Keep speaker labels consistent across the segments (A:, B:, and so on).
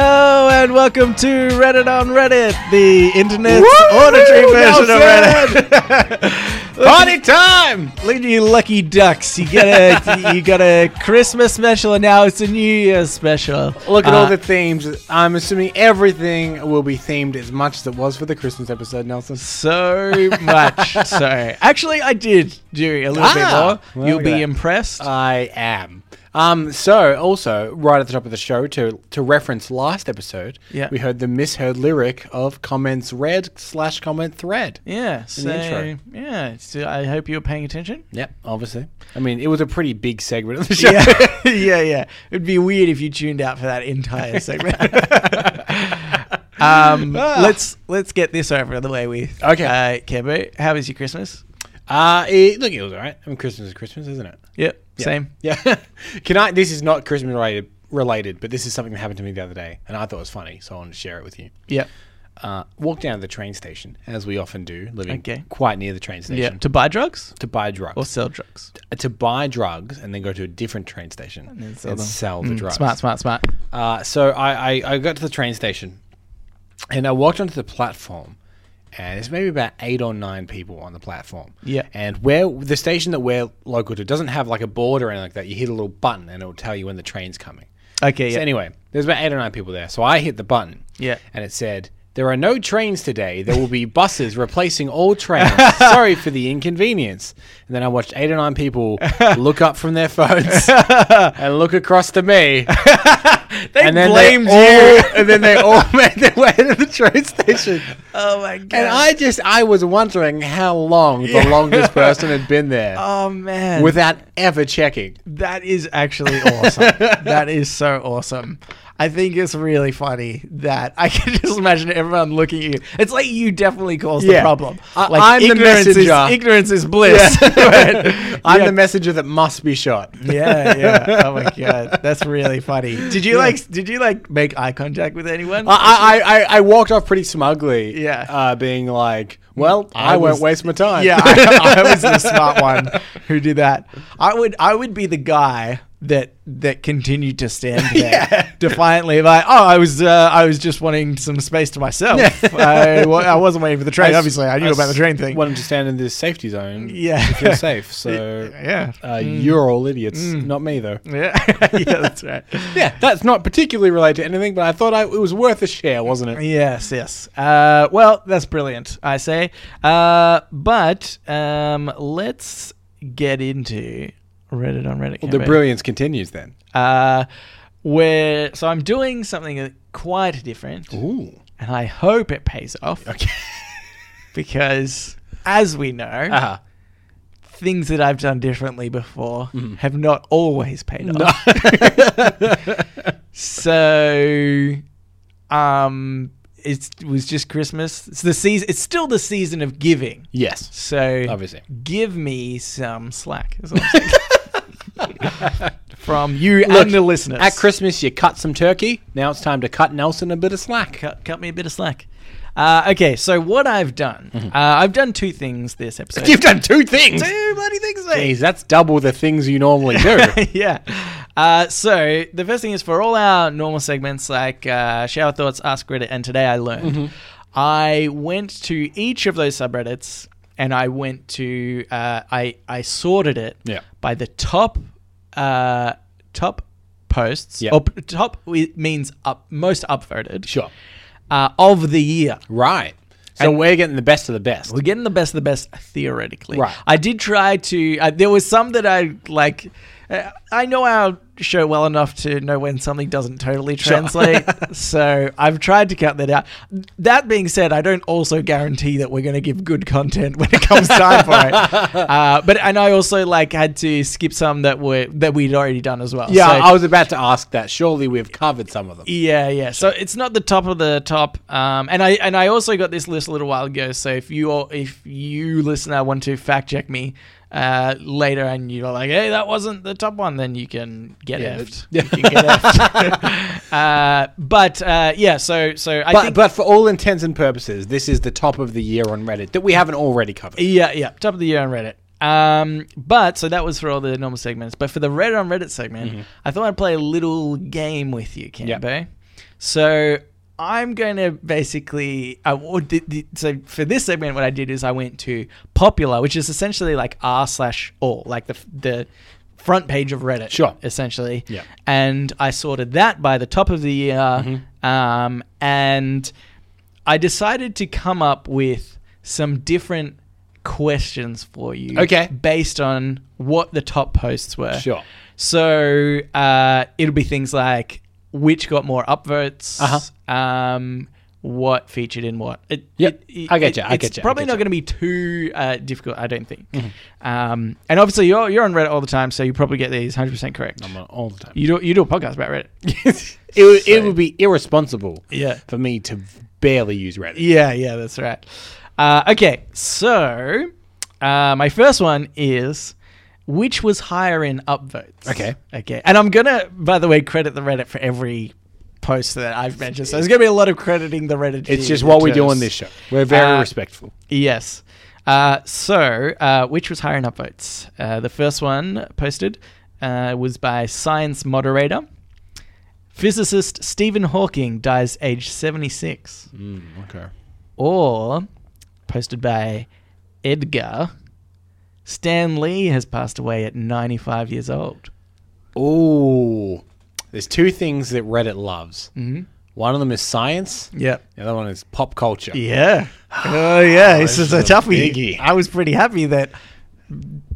A: and welcome to Reddit on Reddit, the internet's
B: Woo!
A: auditory
B: Well
A: version of
B: said!
A: Reddit. Look-
B: Party time!
A: Look at you lucky ducks! You got a you got a Christmas special, and now it's a New Year's special.
B: Look at
A: Uh,
B: all the themes. I'm assuming everything will be themed as much as it was for the Christmas episode, Nelson.
A: so much. so actually, I did do a little
B: Ah!
A: bit more.
B: Well,
A: You'll
B: look at
A: be
B: that. Ah.
A: impressed.
B: I am. Um, so, also, right at the top of the show, to, to reference last episode,
A: Yeah.
B: we heard the misheard lyric of comments read slash comment thread.
A: yeah.
B: in the
A: So
B: intro.
A: yeah. So I hope you're paying attention.
B: Yep, obviously. I mean, it was a pretty big segment of the show.
A: yeah, yeah, yeah. It'd be weird if you tuned out for that entire segment. um,
B: Ah.
A: Let's let's get this over the way with.
B: Okay.
A: uh, Kembo, how was your Christmas?
B: Uh, it, look, it was all right. I mean, Christmas is Christmas, isn't it?
A: Yep,
B: Yeah.
A: same.
B: Yeah. Can I? This is not Christmas related, related, but this is something that happened to me the other day, and I thought it was funny, so I wanted to share it with you.
A: Yep,
B: Uh, walked down to the train station, as we often do, living
A: Okay.
B: quite near the train station,
A: yep. To buy drugs
B: to buy drugs,
A: or sell drugs?
B: to buy drugs, and then go to a different train station and,
A: then sell them.
B: sell the
A: Mm,
B: drugs.
A: Smart, smart, smart.
B: Uh, so I, I, I got to the train station and I walked onto the platform. And there's maybe about eight or nine people on the platform.
A: Yeah.
B: And where the station that we're local to doesn't have like a board or anything like that. You hit a little button and it'll tell you when the train's coming.
A: Okay, yeah.
B: So anyway, there's about eight or nine people there. So I hit the button.
A: Yeah.
B: And it said, There are no trains today. There will be buses replacing all trains. Sorry for the inconvenience. And then I watched eight or nine people look up from their phones and look across to me.
A: they
B: And then
A: blamed
B: they all,
A: you.
B: and then they all made their way to the train station.
A: oh my god.
B: And I just I was wondering how long the longest person had been there
A: Oh man.
B: without ever checking.
A: That is actually awesome. that is so awesome. I think it's really funny that I can just imagine everyone looking at you. It's like you definitely caused the
B: Yeah.
A: problem.
B: I-
A: like
B: I'm the messenger.
A: Is, ignorance is bliss. But-
B: I'm
A: yeah.
B: the messenger that must be shot.
A: yeah, yeah. Oh my god, that's really funny. Did you like? Did you like make eye contact with anyone?
B: I, I, I, I walked off pretty smugly.
A: Yeah.
B: Uh, being like, well, I,
A: I
B: won't
A: was-
B: waste my time.
A: Yeah, I, I was the smart one who did that. I would I would be the guy that that continued to stand there
B: Yeah.
A: defiantly, like, oh, I was uh, I was just wanting some space to myself. I, wa- I wasn't waiting for the train.
B: s-
A: obviously, I knew about the train thing.
B: Wanted to stand in this safety zone.
A: Yeah.
B: To feel safe. So
A: yeah,
B: uh, you're all idiots. Not me, though.
A: yeah, yeah, that's right.
B: Yeah, that's not particularly related to anything, but I thought I, it was worth a share, wasn't it?
A: Yes, yes. Uh, well, that's brilliant, I say. Uh, but um, let's get into Reddit on Reddit.
B: The
A: campaign.
B: brilliance continues then.
A: uh, where so I'm doing something quite different,
B: Ooh.
A: and I hope it pays off
B: Okay.
A: because, as we know,
B: Uh-huh.
A: things that I've done differently before
B: Mm-hmm.
A: have not always paid off. so, um, it's, it was just Christmas. It's the season. It's still the season of giving.
B: yes.
A: So
B: Obviously.
A: give me some slack. is what I'm saying. From you
B: Look,
A: and the listeners.
B: At Christmas, you cut some turkey. Now it's time to cut Nelson a bit of slack.
A: cut, cut me a bit of slack. Uh, okay, so what I've done, uh, I've done two things this episode.
B: You've done Mm-hmm. two things.
A: two bloody things,
B: Jeez, that's double the things you normally do.
A: mate. yeah. Uh, so the first thing is for all our normal segments like uh, shower thoughts, ask Reddit, and today I learned.
B: Mm-hmm.
A: I went to each of those subreddits and I went to uh, I I sorted it
B: Yeah.
A: by the top uh, top posts.
B: Yeah.
A: Or p- top it means up most upvoted
B: sure.
A: uh, of the year.
B: Right. So we're getting the best of the best.
A: We're getting the best of the best theoretically.
B: Right.
A: I did try to. Uh, there was some that I like. Uh, I know our show well enough to know when something doesn't totally translate. so I've tried to cut that out. That being said, I don't also guarantee that we're going to give good content when it comes time for it. Uh, but and I also like had to skip some that were that we'd already done as well.
B: Yeah,
A: So-
B: I was about to ask that. Surely we've covered some of them.
A: yeah, yeah. So it's not the top of the top. Um, and I and I also got this list a little while ago. So if you all, if you listener want to fact check me uh, later and you're like, hey, that wasn't the top one, then you can get
B: Yeah,
A: effed.
B: that-
A: You can get effed. uh, but uh, yeah, so so I
B: But,
A: think
B: but for all intents and purposes, this is the top of the year on Reddit that we haven't already covered.
A: yeah yeah top of the year on Reddit. Um, but so that was for all the normal segments. But for the Reddit Mm-hmm. on Reddit segment, I thought I'd play a little game with you, Cambo. So I'm going to basically. uh, I, w- did- did- so for this segment, what I did is I went to popular, which is essentially like r slash all, like the f- the front page of Reddit.
B: Sure.
A: Essentially.
B: Yeah.
A: And I sorted that by the top of the year, um, and I decided to come up with some different questions for you.
B: Okay.
A: Based on what the top posts were.
B: Sure.
A: So uh, it'll be things like which got more upvotes, um, what featured in what. It,
B: Uh-huh. Yep. I
A: get
B: getcha,
A: you.
B: I
A: It's
B: getcha, I
A: probably not
B: getcha.
A: going to be too uh, difficult, I don't think.
B: Mm-hmm.
A: Um, and obviously, you're you're on Reddit all the time, so you probably get these 100% correct.
B: I'm on all the time.
A: You do you do a podcast about Reddit?
B: it, would- it would be irresponsible
A: Yeah.
B: for me to barely use Reddit.
A: Yeah, yeah, that's right. Uh, okay, so uh, my first one is which was higher in upvotes?
B: Okay.
A: Okay. And I'm going to, by the way, credit the Reddit for every post that I've mentioned. So there's going to be a lot of crediting the Reddit.
B: It's just
A: team
B: what
A: in
B: we do
A: terms-
B: on this show. We're very
A: Uh,
B: respectful.
A: Yes. Uh, so uh, which was higher in upvotes? Uh, the first one posted uh, was by Science Moderator. Physicist Stephen Hawking dies age 76
B: okay.
A: or posted by Edgar, Stan Lee has passed away at 95 years old.
B: Ooh. There's two things that Reddit loves.
A: Mhm.
B: One of them is science.
A: Yep.
B: The other one is pop culture.
A: Yeah. Oh yeah, this, is a
B: is a
A: toughie.
B: biggie.
A: I was pretty happy that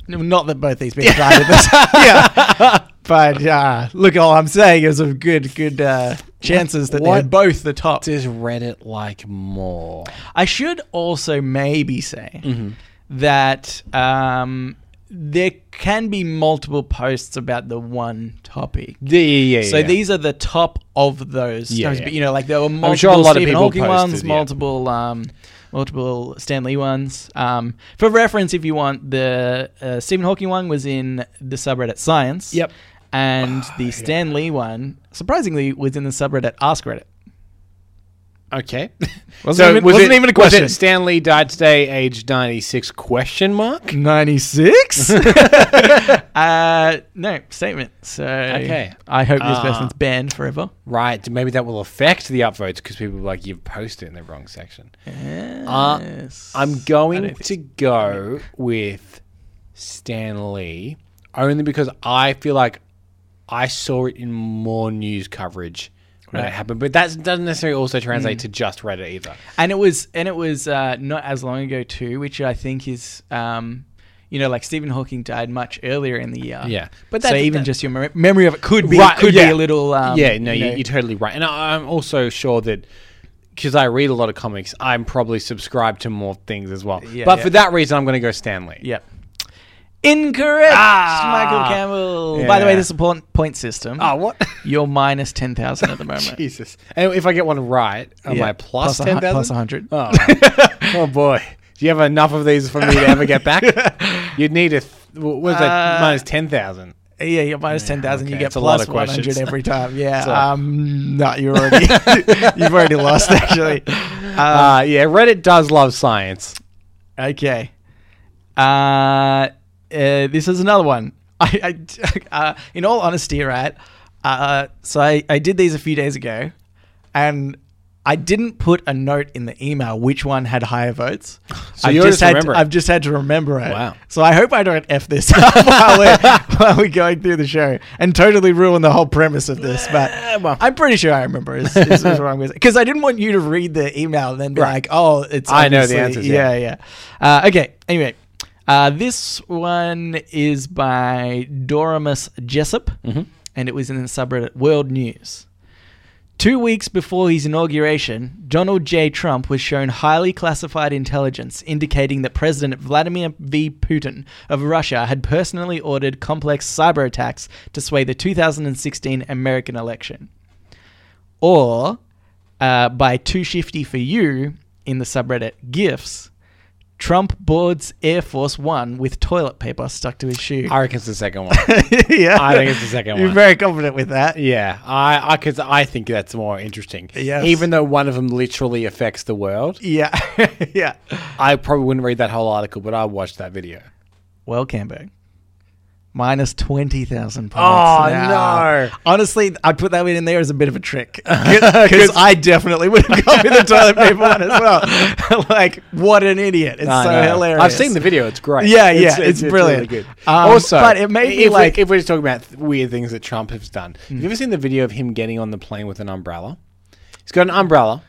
A: not that both these people died at this. yeah. But uh, look, all I'm saying is of good, good uh, chances that
B: What
A: they're both the top.
B: Does Reddit like more?
A: I should also maybe say that um, there can be multiple posts about the one topic.
B: Yeah, yeah, yeah.
A: So these are the top of those.
B: Yeah,
A: times,
B: yeah.
A: But you know, like there were multiple
B: sure a lot of
A: Stephen
B: people
A: Hawking
B: posted,
A: ones,
B: yeah.
A: multiple um, multiple Stanley ones. Um, for reference, if you want, the uh, Stephen Hawking one was in the subreddit Science.
B: Yep. Ah,
A: And the Stan Lee one, surprisingly, was in the subreddit Ask Reddit.
B: Okay.
A: Wasn't even- wasn't even a question.
B: Was it Stan Lee died today, age 96, question mark?
A: 96? uh, no, statement. So
B: Okay.
A: I hope this
B: Uh,
A: person's banned forever.
B: Right. Maybe that will affect the upvotes because people are like, you've posted in the wrong section.
A: Ah.
B: Uh,
A: Yes.
B: I'm
A: I
B: going
A: don't
B: to go with Stan Lee only because I feel like I saw it in more news coverage when it happened. But that doesn't necessarily also translate to just Reddit either.
A: and it was and it was uh, not as long ago too, which I think is, um, you know, like Stephen Hawking died much earlier in the year.
B: Yeah.
A: but
B: But
A: so
B: that-
A: even
B: that-
A: just your mem- memory of it could be
B: Right,
A: could
B: yeah.
A: be a little. Um,
B: yeah, no, you
A: know-
B: you're totally right. And I, I'm also sure that because I read a lot of comics, I'm probably subscribed to more things as well.
A: Yeah,
B: but
A: yeah.
B: for that reason, I'm going to go Stanley.
A: Yep. Incorrect,
B: Ah!
A: Michael Campbell. By the way,
B: Yeah.
A: this is a point, point system.
B: Oh, what?
A: You're minus ten thousand at the moment.
B: Jesus. And if I get one right, am
A: Yeah.
B: I plus
A: a hu-
B: 10,000?
A: Plus hundred.
B: Oh, oh boy. Do you have enough of these for me to ever get back? You'd need a, th- what was that,
A: Uh,
B: minus 10,000.
A: Yeah, you're minus ten thousand. You
B: okay.
A: get
B: It's a lot
A: plus
B: of
A: one hundred
B: questions.
A: every time. Yeah.
B: So-
A: um, no, you're already you've already lost actually. Um,
B: uh, yeah, Reddit does love science.
A: okay. Uh, uh, this is another one. I, I uh, in all honesty, right? Uh, so I, I did these a few days ago, and I didn't put a note in the email which one had higher votes.
B: So
A: I've
B: you
A: just
B: just
A: had
B: remember
A: to,
B: it.
A: I've just had to remember it.
B: Wow.
A: So I hope I don't f this up while we're, while we're going through the show and totally ruin the whole premise of this. But
B: well.
A: I'm pretty sure I remember is, is, is what I'm going because I didn't want you to read the email and then be like, oh, it's
B: I know the
A: obviously-
B: answers, yeah.
A: yeah, yeah. Uh, okay. Anyway, uh, this one is by Doramus Jessup,
B: Mm-hmm.
A: and it was in the subreddit World News. Two weeks before his inauguration, Donald J. Trump was shown highly classified intelligence indicating that President Vladimir V. Putin of Russia had personally ordered complex cyber attacks to sway the 2016 American election or uh, by Too Shifty for You in the subreddit GIFs, Trump boards Air Force One with toilet paper stuck to his shoe.
B: I reckon it's the second one.
A: yeah,
B: I think it's the second
A: You're
B: one.
A: very confident with that.
B: Yeah, I I because I think that's more interesting.
A: Yes.
B: Even though one of them literally affects the world,
A: Yeah, yeah.
B: I probably wouldn't read that whole article, but I watched that video.
A: Well, Cambo, Minus 20,000 points.
B: Oh,
A: now.
B: no.
A: Honestly, I put that in there as a bit of a trick. Because I definitely would have gone with the toilet paper one as well. like, what an idiot. It's so hilarious.
B: I've seen the video. It's great.
A: Yeah, yeah,
B: It's,
A: it's brilliant. Um,
B: also,
A: but it may be
B: if we-
A: like- Hmm.
B: if we're just talking about th- weird things that Trump has done. Have you ever seen the video of him getting on the plane with an umbrella? He's got an umbrella.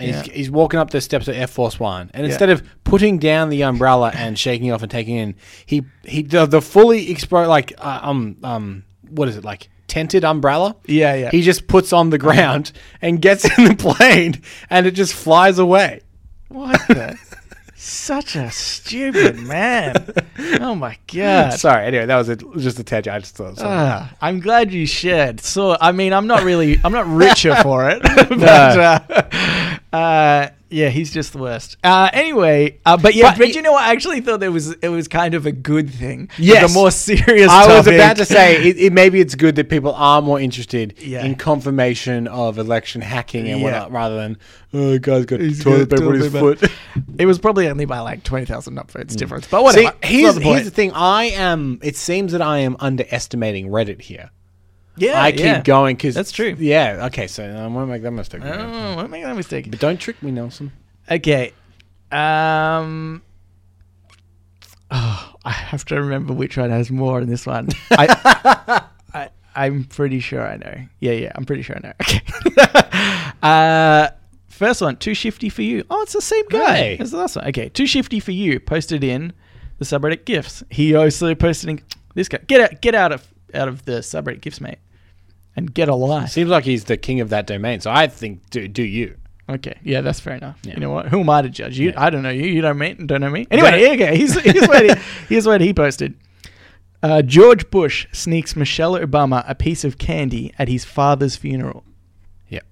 B: And he's, he's walking up the steps of Air Force One, and instead of putting down the umbrella and shaking it off and taking it in, he he the, the fully exposed like uh, um um what is it like tented umbrella?
A: Yeah, yeah.
B: He just puts on the ground and gets in the plane, and it just flies away.
A: What the? Such a stupid man. Oh, my God.
B: Sorry. Anyway, that was a, just a tangent. I just thought. Sorry.
A: Ah, I'm glad you shared. So, I mean, I'm not really, I'm not richer for it, but uh, uh, yeah, he's just the worst. Uh, anyway, uh, but yeah,
B: But
A: but,
B: y-
A: you know, what? I actually thought it was it was kind of a good thing.
B: Yes.
A: the more serious.
B: I was about
A: topic-
B: to say it, it, maybe it's good that people are more interested
A: Yeah.
B: in confirmation of election hacking and
A: Yeah.
B: whatnot rather than oh, the guy's got
A: He's
B: toilet
A: got
B: paper on his
A: toilet
B: foot.
A: paper. It was probably only by like twenty thousand upvotes difference, but
B: Mm. See,
A: whatever. It's not
B: here's,
A: the
B: here's
A: point.
B: the thing. I am. It seems that I am underestimating Reddit here.
A: yeah,
B: I keep
A: yeah.
B: going because
A: That's true.
B: Yeah. Okay. So I won't make that mistake. again.
A: Oh, don't make that mistake.
B: But don't trick me, Nelson.
A: Okay. Um. Oh, I have to remember which one has more in this one. I, I, I'm pretty sure I know. Yeah, yeah, I'm pretty sure I know. Okay. uh, first one, too shifty for you. Oh, it's the same guy
B: Hey.
A: as the last one. Okay, too shifty for you. Posted in the subreddit gifs. He also posted in this guy. Get out, get out of out of the subreddit gifs, mate, and get a life.
B: Seems like he's the king of that domain. So I think do do you.
A: Okay, yeah, that's fair enough.
B: Yeah.
A: You know what? Who am I to judge? You, I don't know you. You don't meet, don't know me.
B: Don't-
A: Anyway, here okay, here's, here's, what he, here's what he posted. Uh, George Bush sneaks Michelle Obama a piece of candy at his father's funeral.
B: Yep.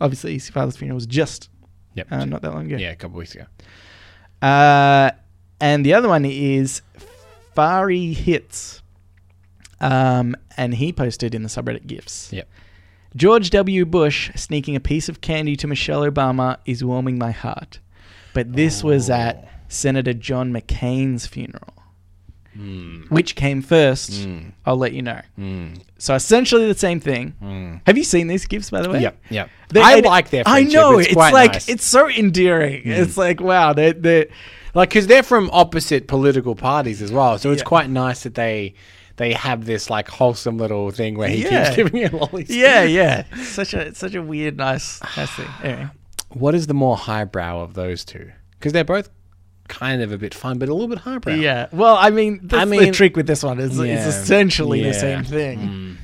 A: Obviously, his father's funeral was just
B: Yep.
A: uh, not that long ago.
B: yeah, a couple weeks ago.
A: Uh, and the other one is Fari Hits. Um, and he posted in the subreddit GIFs.
B: Yep.
A: George W. Bush sneaking a piece of candy to Michelle Obama is warming my heart. But this was
B: Oh.
A: at Senator John McCain's funeral.
B: Hmm.
A: Which came first? I'll let you know. So essentially the same thing. Have you seen these gifts, by the way?
B: Hmm. Yep. Yep.
A: They-
B: I
A: and-
B: like their.
A: I
B: Friendship.
A: know
B: It's,
A: it's,
B: quite
A: like
B: nice. Hmm.
A: it's so endearing. It's like wow, they they
B: like because they're from opposite political parties as well so it's
A: Yeah.
B: quite nice that they they have this like wholesome little thing where he keeps
A: Yeah.
B: giving you lollies
A: yeah, yeah. It's Such a it's such a weird, nice, nice thing. Anyway.
B: what is the more highbrow of those two because they're both kind of a bit fun but a little bit highbrow
A: Yeah. Well, I mean, that's
B: I
A: the
B: mean-
A: trick with this one is
B: Yeah.
A: it's essentially
B: Yeah. Mm,
A: the same thing.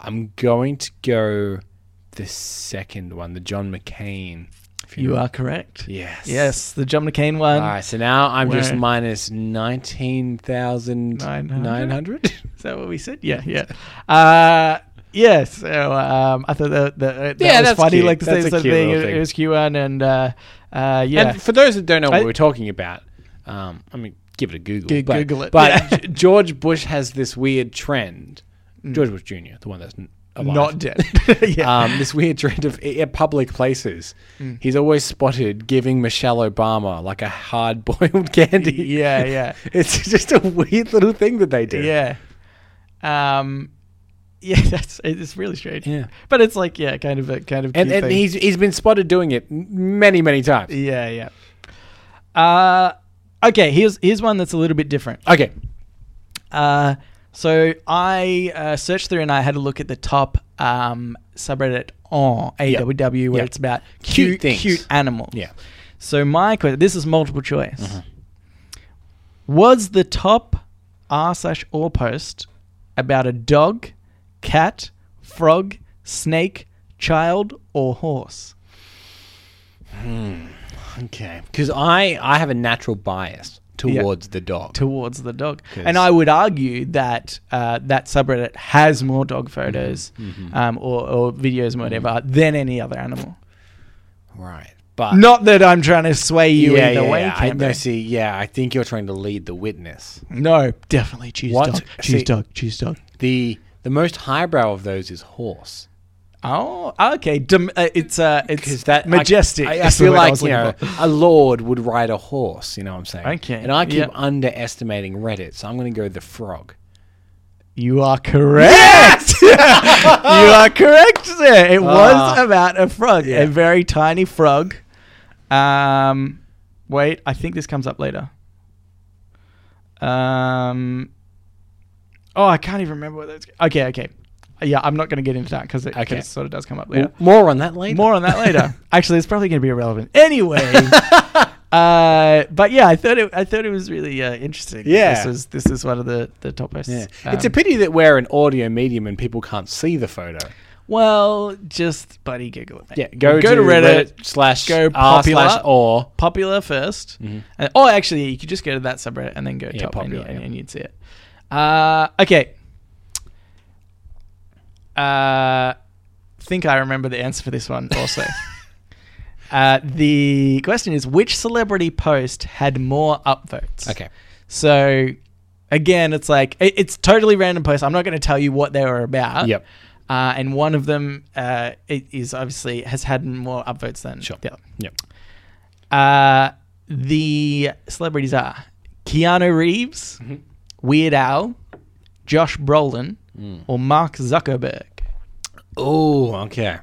B: i'm going to go the second one the john mccain
A: You
B: funeral.
A: are correct.
B: yes
A: Yes, the John McCain one.
B: all right so now i'm just
A: Where-
B: minus 19900
A: Is that what we said? Yeah, yeah. Uh, yeah, so um, I thought that, that, that
B: Yeah,
A: was
B: that's
A: funny.
B: cute.
A: Like the
B: That's
A: same
B: a
A: sort of
B: cute
A: thing.
B: little
A: It,
B: thing.
A: it was Q1 and uh, uh, yeah.
B: And for those that don't know what
A: I-
B: we're talking about, um, I mean, give it a Google.
A: Go-
B: but,
A: Google it.
B: But
A: Yeah. Mm.
B: G- George Bush has this weird trend. George Bush Jr., the one that's n- alive.
A: Not dead. yeah.
B: Um, this weird trend of i- at public places,
A: Mm.
B: he's always spotted giving Michelle Obama like a hard-boiled candy.
A: yeah, yeah.
B: it's just a weird little thing that they do.
A: Yeah. Um, yeah, that's it's really strange.
B: Yeah.
A: But it's like, yeah, kind of a kind of
B: and,
A: cute
B: and
A: thing.
B: he's he's been spotted doing it m- many many times.
A: Yeah, yeah. Uh, okay, here's here's one that's a little bit different.
B: Okay,
A: Uh, so I uh, searched through and I had a look at the top um, subreddit on AWW where
B: Yeah.
A: it's about
B: Cute
A: cute
B: things.
A: cute animals.
B: yeah,
A: So my question: This is multiple choice.
B: Mm-hmm.
A: Was the top r slash or post about a dog, cat, frog, snake, child, or horse?
B: okay. Because I I have a natural bias
A: Yeah.
B: towards the dog.
A: towards the dog.
B: 'Cause-
A: And I would argue that uh, that subreddit has more
B: Mm-hmm.
A: dog photos um, or, or videos and whatever than any other animal.
B: right, but
A: Not that I'm trying to sway you either way.
B: I,
A: Cameron.
B: no, see, yeah, I think you're trying to lead the witness.
A: no, definitely choose
B: What?
A: dog.
B: See-
A: Choose dog. Choose dog.
B: The the most highbrow of those is horse.
A: Oh, okay. Dom- uh, it's uh, it's
B: Because that I-
A: majestic.
B: I, I
A: is the
B: feel
A: word I
B: like
A: was
B: you know
A: looking for.
B: a lord would ride a horse. You know what I'm saying?
A: Okay,
B: And I keep
A: yeah.
B: underestimating Reddit, so I'm going to go the frog.
A: you are correct. you are correct. There, it was
B: Ah.
A: about a frog,
B: Yeah.
A: a very tiny frog. Um, wait, I think this comes up later. Um, oh, I can't even remember what that's. Okay, okay, yeah, I'm not going to get into that because it,
B: Okay.
A: it sort of does come up later.
B: More on that later.
A: More on that later. Actually, it's probably going to be irrelevant anyway. uh, but yeah, I thought it. I thought it was really uh, interesting. that
B: Yeah.
A: this is this is one of the the top posts.
B: Yeah. it's a
A: Um,
B: pity that we're an audio medium and people can't see the photo.
A: well, just buddy giggle. It, mate.
B: Yeah, go,
A: go to, Reddit.
B: slash
A: go
B: r slash
A: popular.
B: or
A: Popular 1st and, oh actually, you could just go to that subreddit and then go
B: Mm-hmm. Yeah,
A: top
B: popular,
A: and, you-
B: yeah.
A: and you'd see it. Uh, okay. Uh, think I remember the answer for this one also. uh, the question is which celebrity post had more upvotes?
B: okay.
A: So again, it's like it, it's totally random posts. I'm not going to tell you what they were about.
B: Yep.
A: Uh, and one of them uh, it is obviously has had more upvotes than
B: Sure.
A: the other.
B: Yep.
A: Uh, the celebrities are Keanu Reeves,
B: Mm-hmm.
A: Weird Al, Josh Brolin,
B: Mm.
A: or Mark Zuckerberg.
B: Oh, okay.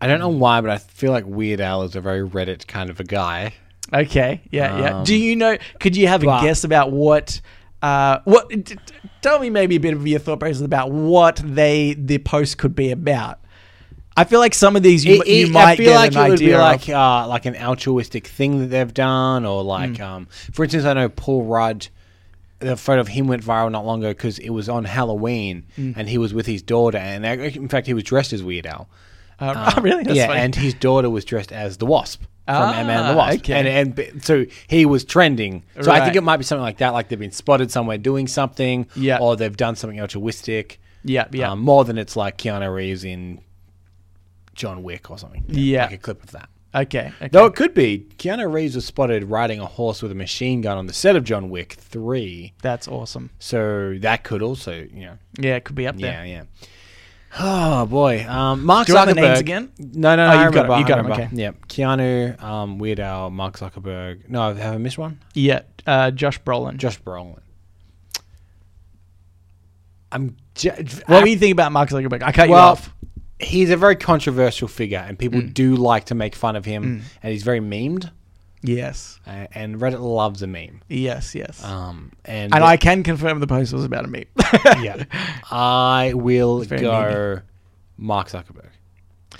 B: I don't know why, but I feel like Weird Al is a very Reddit kind of a guy.
A: Okay. Yeah. yeah.
B: Um,
A: Do you know? Could you have a
B: but-
A: guess about what? Uh, what? T- t- tell me maybe a bit of your thought process about what they the post could be about. I feel like some of these you,
B: It-
A: you
B: it-
A: might
B: I feel
A: get
B: like
A: an
B: it would be
A: idea.
B: like
A: of,
B: uh, like an altruistic thing that they've done, or like um, for instance, I know Paul Rudd. The photo of him went viral not long ago because it was on Halloween and he was with his daughter, and ac- in fact, he was dressed as Weird Al.
A: uh,
B: Um,
A: really? That's
B: yeah,
A: funny.
B: and his daughter was dressed as the Wasp from
A: Ah,
B: Ant-Man and the Wasp,
A: okay.
B: and and b- so he was trending. So I think
A: Right.
B: it might be something like that, like they've been spotted somewhere doing something,
A: Yeah.
B: or they've done something altruistic.
A: yeah, yeah.
B: Um, more than it's like Keanu Reeves in John Wick or something.
A: Yeah.
B: like a clip of that.
A: okay. okay.
B: Though it could be Keanu Reeves was spotted riding a horse with a machine gun on the set of John Wick Three,
A: That's awesome.
B: so that could also, you know,
A: Yeah, it could be up there.
B: yeah, yeah. Oh boy, um, Mark
A: Do you
B: Zuckerberg.
A: want the names again?
B: No, no,
A: Oh,
B: no. I
A: you've got
B: remember,
A: it, you got
B: I
A: it,
B: remember.
A: okay.
B: Yeah, Keanu, um, Weird Al, Mark Zuckerberg. No, have I missed one?
A: Yeah. Uh, Josh Brolin.
B: Josh Brolin. I'm. Ju-
A: what
B: I-
A: do you think about Mark Zuckerberg? I cut you
B: Ah. well, Mm.
A: off.
B: he's a very controversial figure, and people do like to make fun of him, and he's very memed,
A: Yes.
B: uh, and Reddit loves a meme.
A: Yes. Yes.
B: Um, and
A: and I can confirm the post was about a meat.
B: yeah, I will
A: very
B: go Mark Zuckerberg.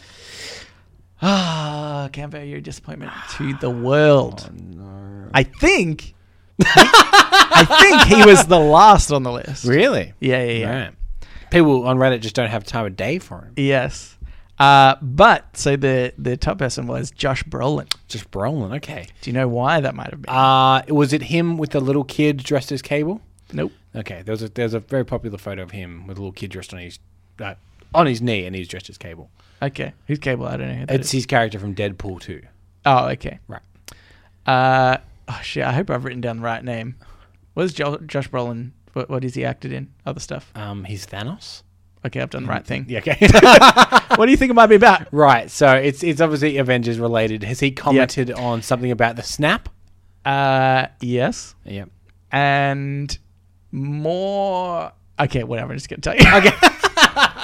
A: Ah, Campo, your disappointment to the world.
B: No.
A: I think, I think he was the last on the list.
B: Really?
A: Yeah, yeah, yeah.
B: Right. People on Reddit just don't have time of day for him.
A: Yes. Uh, but so the the top person was Josh Brolin.
B: Just Brolin, okay.
A: Do you know why that might have been?
B: Uh, was it him with the little kid dressed as Cable?
A: nope.
B: Okay, there's a there's a very popular photo of him with a little kid dressed on his uh, on his knee, and he's dressed as Cable.
A: Okay. Who's Cable? I don't know. Who that
B: It's
A: is.
B: his character from Deadpool 2.
A: Oh, okay.
B: Right.
A: Uh, oh shit. I hope I've written down the right name. What is jo- Josh Brolin? What, what is he acted in? Other stuff.
B: Um, he's Thanos.
A: Okay, I've done the right thing.
B: Yeah. Okay.
A: What do you think it might be about?
B: right. So it's it's obviously Avengers related. Has he commented on something about the snap?
A: Uh, yes.
B: Yep.
A: and more. Okay, whatever. I'm just gonna tell you. Okay.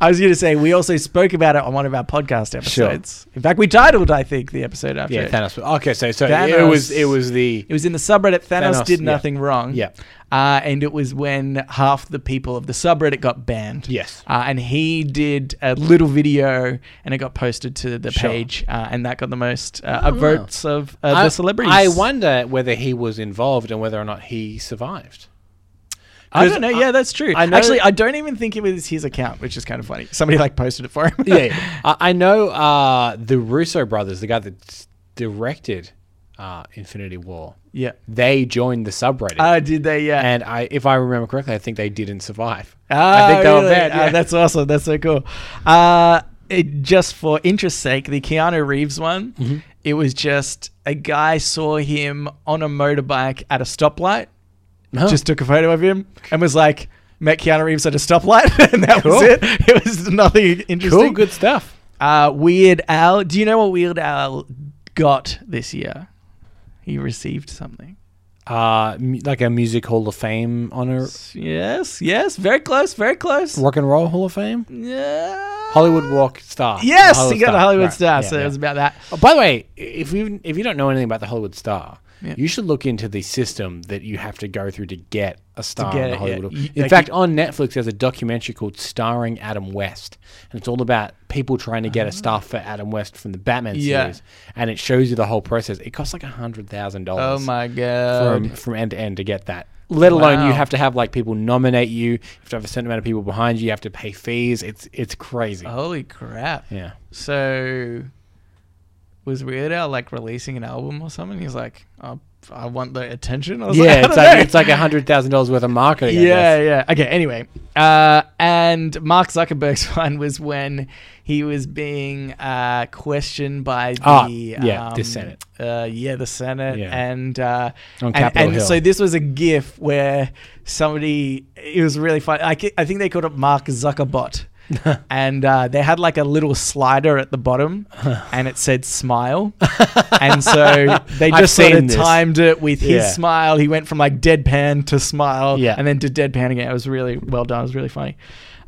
A: I was gonna say we also spoke about it on one of our podcast episodes. In fact, we titled, I think, the episode after.
B: Yeah.
A: it.
B: Thanos. Okay. So so it
A: Thanos-
B: was it was the
A: It was in the subreddit. Thanos,
B: Thanos,
A: did
B: yeah.
A: nothing wrong.
B: Yeah.
A: Uh, and it was when half the people of the subreddit got banned.
B: Yes.
A: Uh, and he did a little video, and it got posted to the
B: Sure.
A: page, uh, and that got the most uh,
B: Oh, wow.
A: upvotes of uh,
B: I-
A: the celebrities.
B: I wonder whether he was involved and whether or not he survived.
A: I
B: 'Cause
A: don't know.
B: I-
A: yeah, that's true.
B: I know-
A: Actually, I don't even think it was his account, which is kind of funny. Somebody like posted it for him.
B: yeah, yeah. I, I know uh, the Russo brothers, the guy that directed uh, Infinity War.
A: yeah.
B: They joined the subreddit,
A: Oh, did they? Yeah.
B: and I, if I remember correctly, I think they didn't survive.
A: Ah,
B: I think
A: really?
B: banned,
A: Ah,
B: yeah.
A: that's awesome. That's so cool. Uh, it, just for interest's sake, the Keanu Reeves one,
B: Mm-hmm.
A: it was just a guy saw him on a motorbike at a stoplight,
B: Huh. Oh.
A: just took a photo of him, and was like, met Keanu Reeves at a stoplight, and that
B: Cool.
A: was it. It was nothing
B: Cool,
A: interesting.
B: good stuff.
A: Uh, Weird Al. Do you know what Weird Al got this year? He received something.
B: Uh, mu- like a music hall of fame honor,
A: Yes, yes, very close, very close.
B: rock and roll hall of fame,
A: Yeah.
B: Hollywood Walk star.
A: Yes,
B: The
A: he got a Hollywood
B: Right,
A: star.
B: yeah,
A: so
B: yeah.
A: it was about that.
B: Oh, by the way, if you if you don't know anything about the Hollywood Star,
A: Yeah.
B: you should look into the system that you have to go through to get a star
A: get
B: on the
A: it,
B: Hollywood.
A: yeah. You-
B: In
A: like
B: fact, on Netflix, there's a documentary called "Starring Adam West," and it's all about people trying to get a star for Adam West from the Batman
A: Ah. Yeah.
B: series, and it shows you the whole process. It costs like a hundred thousand
A: Oh
B: dollars
A: my god.
B: from from end to end to get that. Let alone you
A: Wow.
B: have to have like people nominate you. You have to have a certain amount of people behind you. You have to pay fees. It's it's crazy.
A: Holy crap.
B: Yeah.
A: So was Weird Al like releasing an album or something? He's like, oh, I want the attention. I was
B: Yeah,
A: I
B: it's
A: don't
B: like
A: know.
B: it's like a hundred thousand dollars worth of marketing. I guess.
A: yeah, yeah. Okay. Anyway, uh, and Mark Zuckerberg's one was when he was being uh, questioned by the
B: Ah, yeah, the
A: um,
B: Senate.
A: Uh, yeah, the Senate,
B: Yeah.
A: and uh,
B: On
A: and,
B: Capitol
A: and
B: Hill.
A: so this was a GIF where somebody it was really fun. I, ki- I think they called it Mark Zuckerbot. and uh, they had like a little slider at the bottom, and it said "smile," and so they
B: I've
A: just sort
B: seen
A: of
B: this.
A: timed it with his
B: Yeah.
A: smile. He went from like deadpan to smile,
B: Yeah.
A: and then to deadpan again. It was really well done. It was really funny.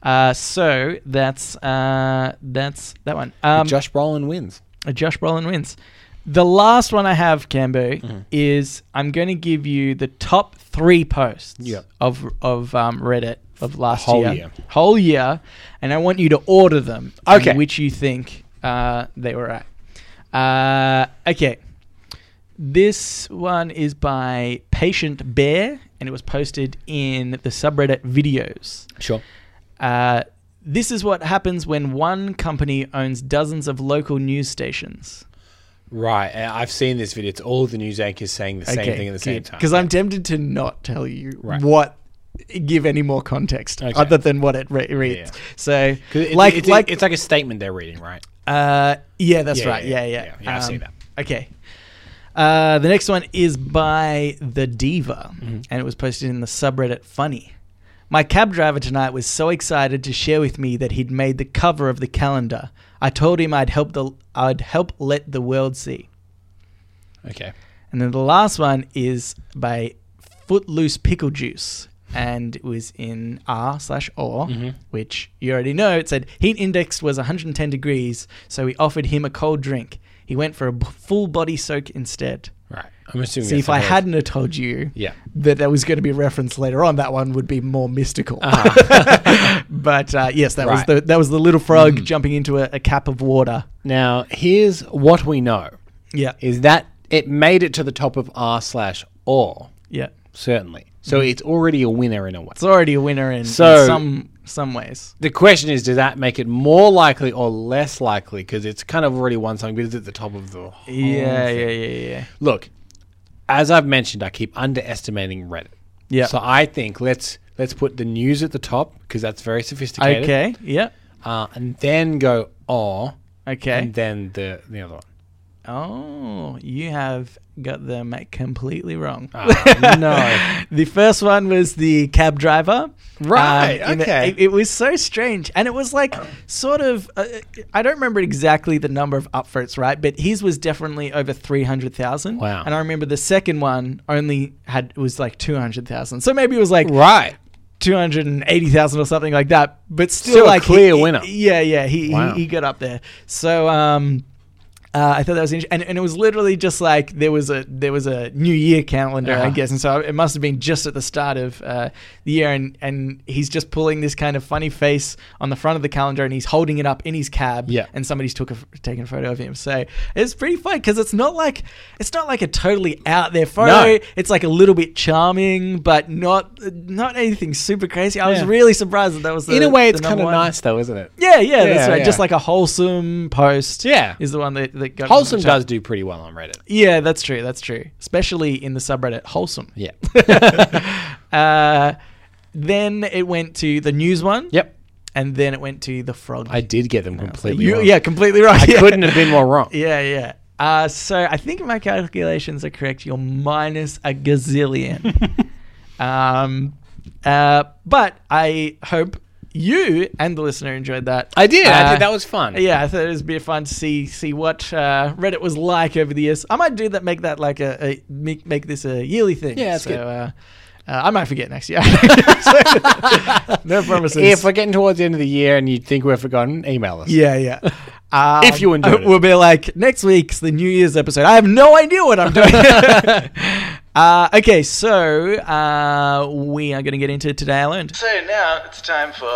A: Uh, so that's uh, that's that one. Um, Josh-,
B: Josh Brolin wins.
A: Josh Brolin wins. The last one I have, Cambo,
B: Mm-hmm.
A: is I'm going to give you the top three posts
B: Yeah.
A: of of um, Reddit of last
B: Whole
A: year.
B: year.
A: whole year, and I want you to order them. and
B: Okay.
A: which you think uh, they were at. Uh, okay. This one is by Patient Bear, and it was posted in the subreddit videos.
B: Sure.
A: Uh, this is what happens when one company owns dozens of local news stations.
B: Right. and I've seen this video. It's all the news anchors saying the same thing at the same time.
A: Because I'm tempted to not tell you
B: Right.
A: what, give any more context
B: Okay.
A: other than what it re- reads.
B: yeah.
A: So,
B: 'Cause it's,
A: like,
B: it's,
A: like,
B: it's like a statement they're reading, right?
A: Uh, yeah, that's
B: Yeah,
A: right.
B: yeah,
A: Yeah,
B: yeah,
A: yeah. Um,
B: yeah, yeah, I see that.
A: Okay. Uh, the next one is by the diva,
B: Mm-hmm.
A: and it was posted in the subreddit Funny. My cab driver tonight was so excited to share with me that he'd made the cover of the calendar. I told him I'd help the I'd help let the world see.
B: Okay.
A: And then the last one is by Footloose Pickle Juice. And it was in R slash or,
B: Mm-hmm.
A: which you already know. It said heat index was 110 degrees, so we offered him a cold drink. He went for a b- full body soak instead.
B: Right. I'm assuming.
A: See,
B: that's
A: if I
B: the whole-
A: hadn't have told you
B: Yeah.
A: that there was going to be a reference later on, that one would be more mystical. but uh, yes, that
B: Uh-huh. Right. Mm-hmm.
A: was the that was the little frog jumping into a, a cap of water.
B: Now here's what we know:
A: Yeah,
B: is that it made it to the top of r slash or
A: yeah.
B: certainly. So it's already a winner in a way.
A: It's already a winner in, in
B: So-
A: some some ways.
B: The question is, does that make it more likely or less likely? Because it's kind of already won something, but it's at the top of the. whole
A: Yeah,
B: thing.
A: yeah, yeah, yeah.
B: Look, as I've mentioned, I keep underestimating Reddit.
A: Yeah.
B: So I think let's let's put the news at the top because that's very sophisticated.
A: Okay. Yeah.
B: Uh, and then go oh,
A: Okay.
B: and then the the other one.
A: Oh, you have got them completely wrong.
B: Ah, no.
A: The first one was the cab driver.
B: Right,
A: and it-
B: okay.
A: It, it was so strange. And it was like sort of, uh, I don't remember exactly the number of upvotes, right? But his was definitely over 300,000.
B: Wow.
A: And I remember the second one only had, it was like 200,000. So maybe it was like
B: Right.
A: 280,000 or something like that. But still,
B: Still a
A: like he-
B: clear
A: he-
B: winner.
A: yeah, yeah, he,
B: Wow.
A: he he got up there. So um uh, I thought that was interesting, and, and it was literally just like there was a there was a New Year calendar,
B: Uh-huh.
A: I guess, and so it must have been just at the start of uh, the year, and and he's just pulling this kind of funny face on the front of the calendar, and he's holding it up in his cab,
B: Yeah.
A: and somebody's took a, taken a photo of him, so it's pretty fun because it's not like it's not like a totally out there photo,
B: No.
A: it's like a little bit charming, but not not anything super crazy. I was
B: Yeah.
A: really surprised that that was the,
B: In a way,
A: the
B: it's kind
A: number
B: of
A: one.
B: nice though, isn't it?
A: Yeah, yeah, that's
B: Yeah,
A: right.
B: yeah.
A: Just like a wholesome post.
B: Yeah.
A: is the one that, that got
B: Wholesome
A: the top.
B: does do pretty well on Reddit.
A: Yeah, that's true. That's true. Especially in the subreddit wholesome.
B: Yeah.
A: Uh, then it went to the news one.
B: yep.
A: And then it went to the frog.
B: I did get them completely.
A: You-
B: wrong.
A: yeah, completely right.
B: I
A: yeah.
B: couldn't have been more wrong.
A: Yeah, yeah. Uh, so I think if my calculations are correct, you're minus a gazillion. um, Uh, but I hope you and the listener enjoyed that.
B: I did. I
A: Uh,
B: did. That was fun.
A: yeah, I thought it was a bit fun to see see what uh, Reddit was like over the years. I might do that, make that like a, a make, make this a yearly thing.
B: Yeah, that's
A: so,
B: good.
A: Uh, uh, I might forget next year. So, no promises.
B: If we're getting towards the end of the year and you think we've forgotten, email us.
A: yeah, yeah. Um,
B: If you enjoyed it.
A: we'll be like next week's the New Year's episode. I have no idea what I'm doing. uh, okay, so uh, we are going to get into today I learned.
C: So now it's time for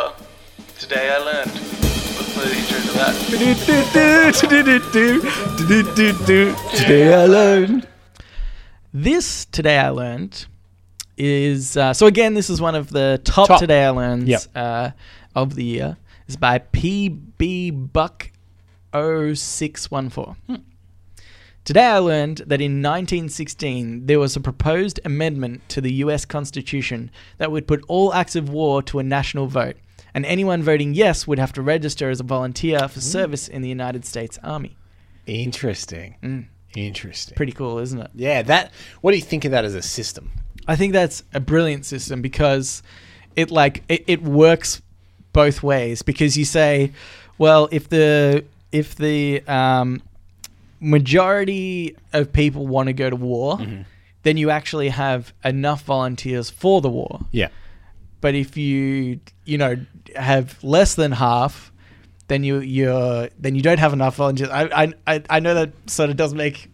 C: Today I Learned. Let's play the intro to that.
A: Today I learned. This today I learned is uh, so again. This is one of the top,
B: Top.
A: today I learned
B: Yep.
A: uh, of the year. It's by PB Buck 0614. Hmm. Today I learned that in 1916 there was a proposed amendment to the US Constitution that would put all acts of war to a national vote, and anyone voting yes would have to register as a volunteer for service in the United States Army.
B: Interesting. Interesting.
A: Mm. Pretty cool, isn't it?
B: yeah. That. What do you think of that as a system?
A: I think that's a brilliant system because it like it, it works both ways because you say, well, if the if the um, majority of people want to go to war, then you actually have enough volunteers for the war.
B: Yeah.
A: But if you you know have less than half, then you you're then you don't have enough volunteers. I I- I, I know that sort of does make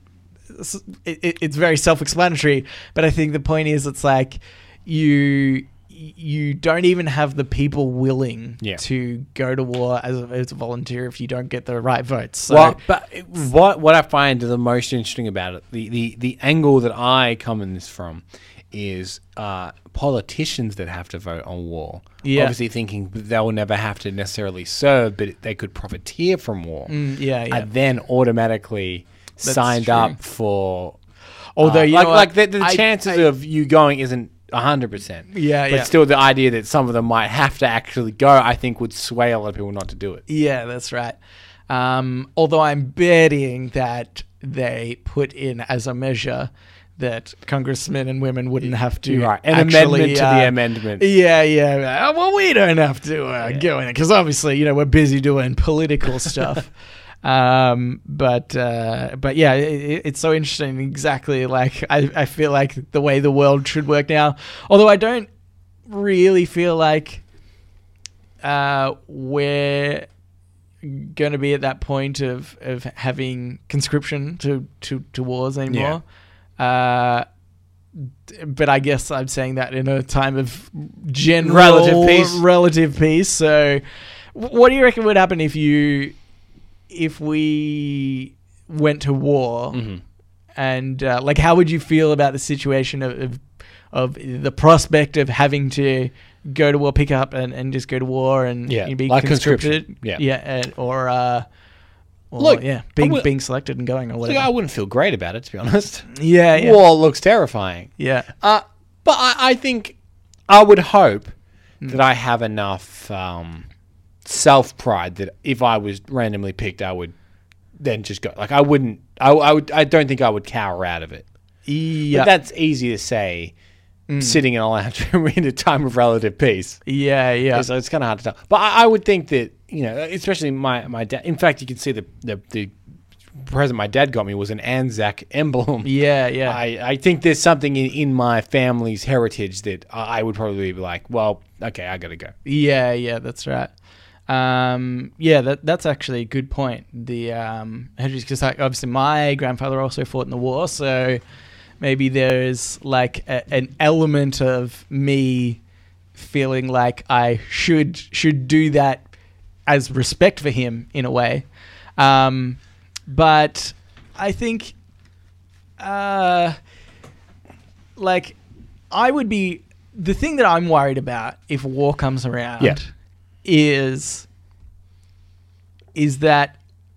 A: s- it, it- it's very self-explanatory, but I think the point is it's like you you don't even have the people willing
B: Yeah.
A: to go to war as a, as a volunteer if you don't get the right votes. So
B: Well, but it- what what I find the most interesting about it, the the, the angle that I come in this from, is uh, politicians that have to vote on war.
A: Yeah.
B: Obviously, thinking they'll never have to necessarily serve, but they could profiteer from war.
A: Mm, yeah, yeah.
B: Are then automatically signed
A: true.
B: up for. uh,
A: Although, you
B: like,
A: know
B: like the,
A: what?
B: the
A: I-
B: chances
A: I-
B: of you going isn't hundred percent.
A: Yeah,
B: but
A: yeah.
B: still, the idea that some of them might have to actually go, I think, would sway a lot of people not to do it.
A: Yeah, that's right. Um, although I'm betting that they put in as a measure that congressmen and women wouldn't have to
B: Right, an
A: actually,
B: amendment to the
A: uh,
B: amendment.
A: Yeah, yeah. uh, Well, we don't have to uh, go in because obviously, you know, we're busy doing political stuff. um, but uh, but yeah, it, it's so interesting. Exactly, like I, I feel like the way the world should work now. Although I don't really feel like uh, we're going to be at that point of of having conscription to to, to wars anymore. Uh, d- but I guess I'm saying that in a time of general
B: Relative peace.
A: relative peace. So, wh- what do you reckon would happen if you if we went to war?
B: Mm-hmm.
A: And uh, like, how would you feel about the situation of, of of the prospect of having to go to war, pick up, and, and just go to war and
B: Yeah,
A: you be
B: like
A: conscripted,
B: conscription. Yeah.
A: yeah, and, or uh, or,
B: Look,
A: yeah, being
B: I will-
A: being selected and going or
B: Look, I
A: whatever.
B: wouldn't feel great about it, to be honest.
A: Yeah, yeah,
B: War looks terrifying.
A: yeah.
B: Uh, but I, I think I would hope that I have enough um, self pride that if I was randomly picked, I would then just go. Like I wouldn't. I, I would. I don't think I would cower out of it.
A: yeah,
B: But that's easy to say. Sitting in a lounge room in a time of relative peace.
A: yeah, yeah,
B: So it's kind of hard to tell. But I, I would think that you know, especially my my dad. In fact, you can see the the, the present my dad got me was an Anzac emblem.
A: yeah, yeah.
B: I, I think there's something in, in my family's heritage that I I would probably be like, well, okay, I gotta go.
A: Yeah, yeah, that's right. Um, yeah, that that's actually a good point. The um, because like obviously my grandfather also fought in the war, so maybe there is like a, an element of me feeling like I should should do that as respect for him in a way. Um, but I think uh, like I would be the thing that I'm worried about if war comes around
B: Yeah.
A: is is that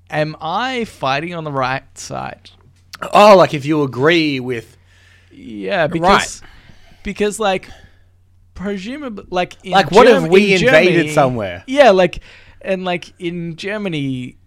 A: am I fighting on the right side?
B: Oh, like if you agree with
A: Yeah, because because like presumably like in
B: Like, what if we
A: in
B: invaded somewhere?
A: Yeah, like and like in Germany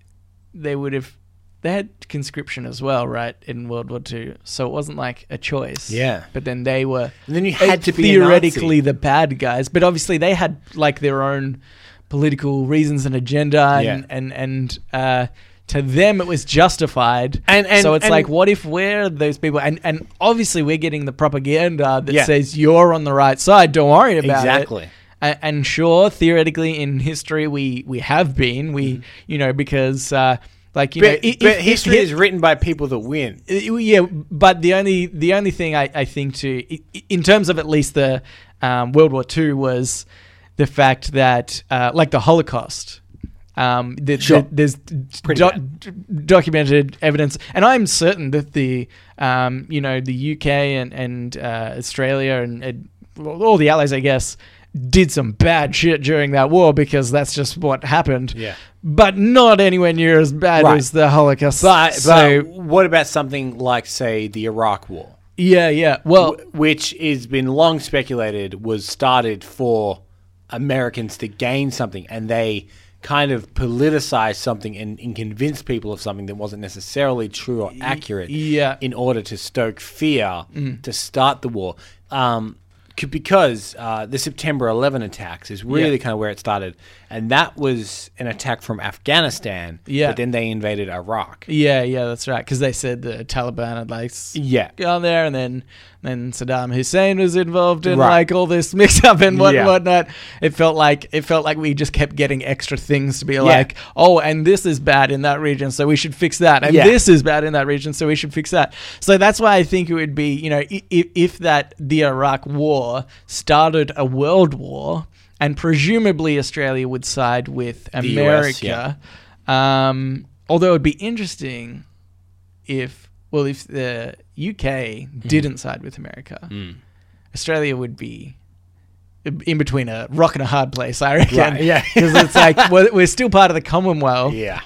A: they would have they had conscription as well, right, in World War Two. So it wasn't like a choice.
B: Yeah.
A: But then they were eh,
B: And then you had to be a
A: theoretically
B: Nazi.
A: the bad guys, but obviously they had like their own political reasons and agenda, and
B: Yeah.
A: and and uh, to them it was justified.
B: And- and-
A: so it's
B: and-
A: like, what if we're those people? And and obviously we're getting the propaganda that
B: Yeah.
A: says you're on the right side. Don't worry about it.
B: Exactly.
A: A- and sure, theoretically in history we we have been we you know because uh, like you know
B: Mm-hmm. But,
A: i- if-
B: but
A: if
B: history
A: hit-
B: is written by people that win.
A: uh, yeah, but the only the only thing I, I think to i- i- in terms of at least the um, World War II was the fact that uh, like the Holocaust. Um, the,
B: Sure.
A: the- there's
B: pretty
A: doc- documented evidence, and I'm certain that the um, you know the UK and and uh, Australia and, and all the allies, I guess, did some bad shit during that war because that's just what happened.
B: Yeah.
A: but not anywhere near as bad
B: Right.
A: as the Holocaust.
B: But,
A: So-
B: but what about something like, say, the Iraq War,
A: yeah, yeah. Well,
B: wh- which has been long speculated was started for Americans to gain something, and they kind of politicized something and, and convinced people of something that wasn't necessarily true or accurate
A: yeah. Mm-hmm.
B: in order to stoke fear to start the war. Um, c- because uh, the September 11 attacks is really
A: Yeah.
B: kind of where it started, and that was an attack from Afghanistan.
A: Yeah.
B: but then they invaded Iraq.
A: yeah, yeah, that's right. Because they said the Taliban had like s-
B: Yeah.
A: gone there, and then then Saddam Hussein was involved in
B: Right.
A: like all this mix up and what
B: Yeah.
A: whatnot. It felt like it felt like we just kept getting extra things to be like, oh, and this is bad in that region, so we should fix that, and
B: Yeah.
A: this is bad in that region, so we should fix that. So that's why I think it would be, you know, if, if that the Iraq War started a world war, and presumably Australia would side with
B: US,
A: America.
B: yeah.
A: Um, although it would be interesting if, well, if the UK
B: Mm-hmm.
A: didn't side with America,
B: Mm.
A: Australia would be in between a rock and a hard place, I reckon.
B: Right, yeah.
A: Because it's like, we're, we're still part of the Commonwealth,
B: Yeah.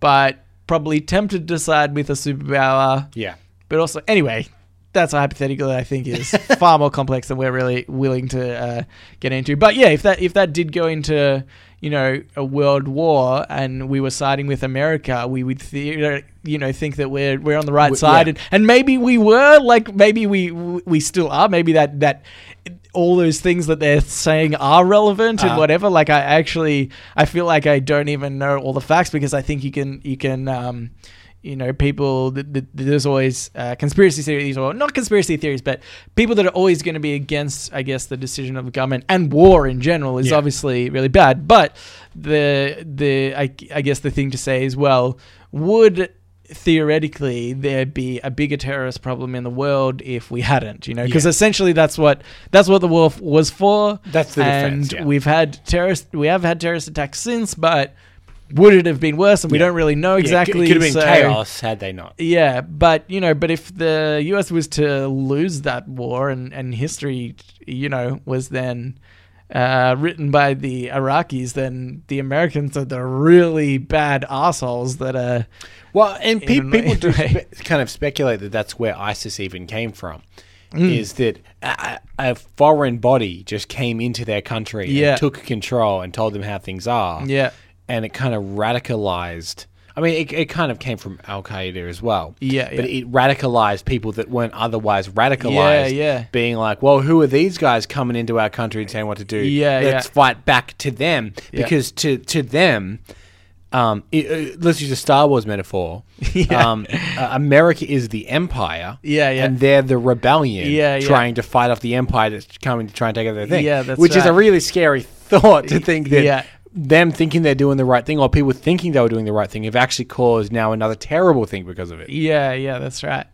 A: but probably tempted to side with a superpower.
B: Yeah.
A: But also, anyway, that's a hypothetical that I think is far more complex than we're really willing to uh, get into. But yeah, if that if that did go into you know a world war and we were siding with America, we would the- you know think that we're we're on the right
B: W-
A: side,
B: yeah.
A: and, and maybe we were like maybe we we still are. Maybe that that all those things that they're saying are relevant and
B: Uh.
A: whatever. Like I actually I feel like I don't even know all the facts because I think you can you can. Um, you know, people, th- th- there's always uh, conspiracy theories, or not conspiracy theories, but people that are always going to be against, I guess, the decision of the government and war in general is
B: Yeah.
A: obviously really bad. But the, the I, I guess the thing to say is, well, would theoretically there be a bigger terrorist problem in the world if we hadn't, you know, because
B: Yeah.
A: essentially that's what, that's what the war f- was for.
B: That's the
A: and
B: defense, yeah.
A: we've had terrorist, we have had terrorist attacks since, but would it have been worse? And we
B: Yeah.
A: don't really know
B: Yeah,
A: exactly.
B: It could have been
A: so-
B: chaos had they not.
A: yeah, but you know, but if the US was to lose that war and and history, you know, was then uh, written by the Iraqis, then the Americans are the really bad assholes that are.
B: Well, and pe-
A: In a-
B: people
A: in a
B: do
A: way.
B: spe- kind of speculate that that's where ISIS even came from.
A: Mm.
B: Is that a, a a foreign body just came into their country
A: Yeah.
B: and took control and told them how things are?
A: Yeah.
B: And it kind of radicalized. I mean, it, it kind of came from Al Qaeda as well.
A: Yeah,
B: But it radicalized people that weren't otherwise radicalized.
A: yeah.
B: Being like, well, who are these guys coming into our country and saying what to do?
A: Yeah,
B: Let's
A: yeah.
B: fight back to them.
A: Yeah.
B: Because to, to them, um, it, uh, let's use a Star Wars metaphor. Um, uh, America is the empire.
A: Yeah, yeah.
B: And they're the rebellion.
A: Yeah, yeah.
B: Trying to fight off the empire that's coming to try and take over their thing.
A: Yeah, that's
B: Which is a
A: right.
B: really scary thought to think that
A: Yeah.
B: them thinking they're doing the right thing or people thinking they were doing the right thing have actually caused now another terrible thing because of it.
A: Yeah, yeah, that's right.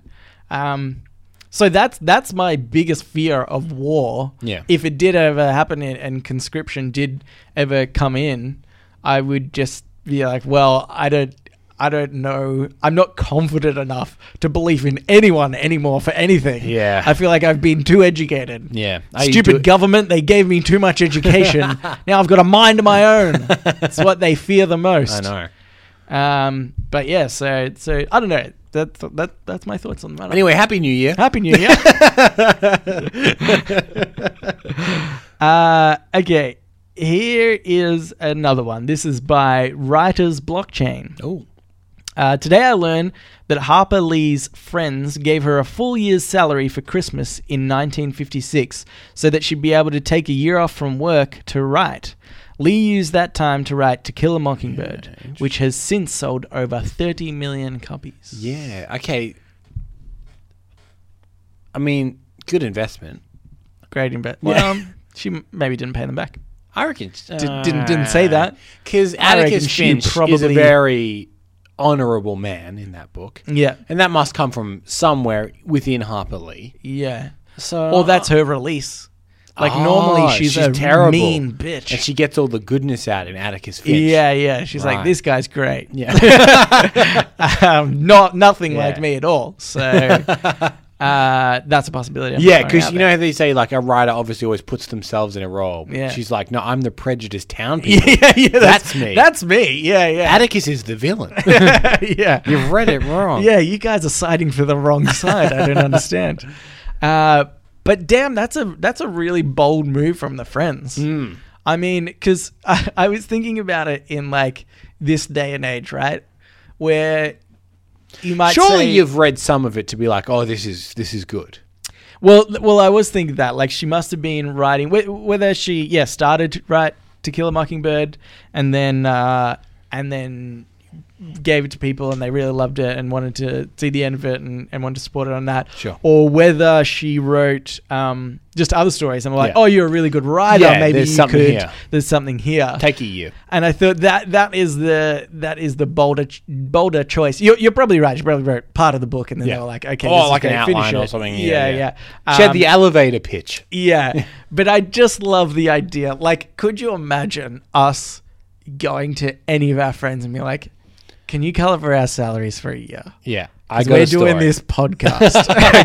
A: Um, so that's that's my biggest fear of war.
B: Yeah.
A: If it did ever happen and, and conscription did ever come in, I would just be like, well, I don't. I don't know. I'm not confident enough to believe in anyone anymore for anything.
B: Yeah.
A: I feel like I've been too educated.
B: Yeah. I do-
A: Stupid government, they gave me too much education. now I've got a mind of my own. it's what they fear the most.
B: I know.
A: Um, but yeah, so so I don't know. That that that's my thoughts on the matter.
B: Anyway, Happy New Year.
A: Happy New Year. uh, okay, here is another one. This is by Writers Blockchain.
B: Oh.
A: Uh, today I learned that Harper Lee's friends gave her a full year's salary for Christmas in 1956 so that she'd be able to take a year off from work to write. Lee used that time to write To Kill a Mockingbird, which has since sold over 30 million copies.
B: Yeah. Okay. I mean, good investment.
A: Great investment.
B: Yeah.
A: Well, she m- maybe didn't pay them back.
B: I reckon. uh,
A: Did- didn't- didn't say that.
B: Because
A: I reckon
B: Atticus
A: she
B: Finch is a
A: probably-
B: very honourable man in that book.
A: Yeah.
B: And that must come from somewhere within Harper Lee.
A: Yeah.
B: So,
A: Or that's her release. Like
B: Uh, Ah,
A: normally she's, a
B: terrible.
A: mean bitch.
B: and she gets all the goodness out in Atticus Finch.
A: yeah, yeah. She's
B: Right.
A: like, this guy's great.
B: yeah.
A: um, not nothing
B: Yeah.
A: like me at all. So uh, that's a possibility. I'm
B: Yeah,
A: throwing
B: because
A: out
B: you know
A: there.
B: how they say like a writer obviously always puts themselves in a role.
A: Yeah.
B: She's like, no, I'm the prejudiced town people.
A: yeah, yeah, that's,
B: That's me.
A: That's me. Yeah, yeah,
B: Atticus is the villain.
A: yeah.
B: You've read it wrong.
A: Yeah, you guys are siding for the wrong side. I don't understand. Uh, but damn, that's a that's a really bold move from the friends.
B: Mm.
A: I mean, because I, I was thinking about it in like this day and age, right? Where you might
B: Surely
A: say-
B: you've read some of it to be like, oh, this is this is good.
A: Well, th- well, I was thinking that like she must have been writing wh- whether she yeah started to write To Kill a Mockingbird and then uh, and then gave it to people and they really loved it and wanted to see the end of it and, and wanted to support it on that.
B: Sure.
A: Or whether she wrote um, just other stories and were like,
B: Yeah.
A: oh, you're a really good writer.
B: Yeah,
A: Maybe
B: there's
A: you
B: something
A: could.
B: here."
A: There's something here.
B: Take a year.
A: and I thought that that is the that is the bolder ch- bolder choice. You're, you're probably right. She probably wrote part of the book, and then
B: Yeah.
A: they were like, "Okay,
B: Or
A: this is
B: like an
A: great, finish
B: outline or
A: it.
B: something. Yeah,
A: Yeah,
B: yeah.
A: yeah.
B: She had
A: Um,
B: the elevator pitch.
A: yeah. but I just love the idea. Like, could you imagine us going to any of our friends and be like, can you cover our salaries for a year?
B: Yeah,
A: 'Cause We're doing this podcast.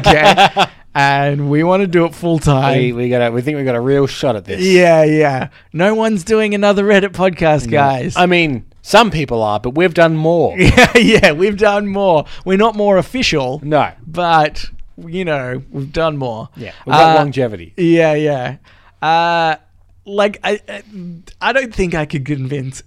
A: okay. And we want to do it full
B: We,
A: time.
B: we got. A, we think we got a real shot at this.
A: Yeah, yeah. No one's doing another Reddit podcast, guys.
B: I mean, some people are, but we've done more.
A: yeah, yeah. We've done more. We're not more official.
B: no.
A: But, you know, we've done more.
B: Yeah. We've got
A: Uh,
B: longevity.
A: Yeah, yeah. Uh, like I, I- I don't think I could convince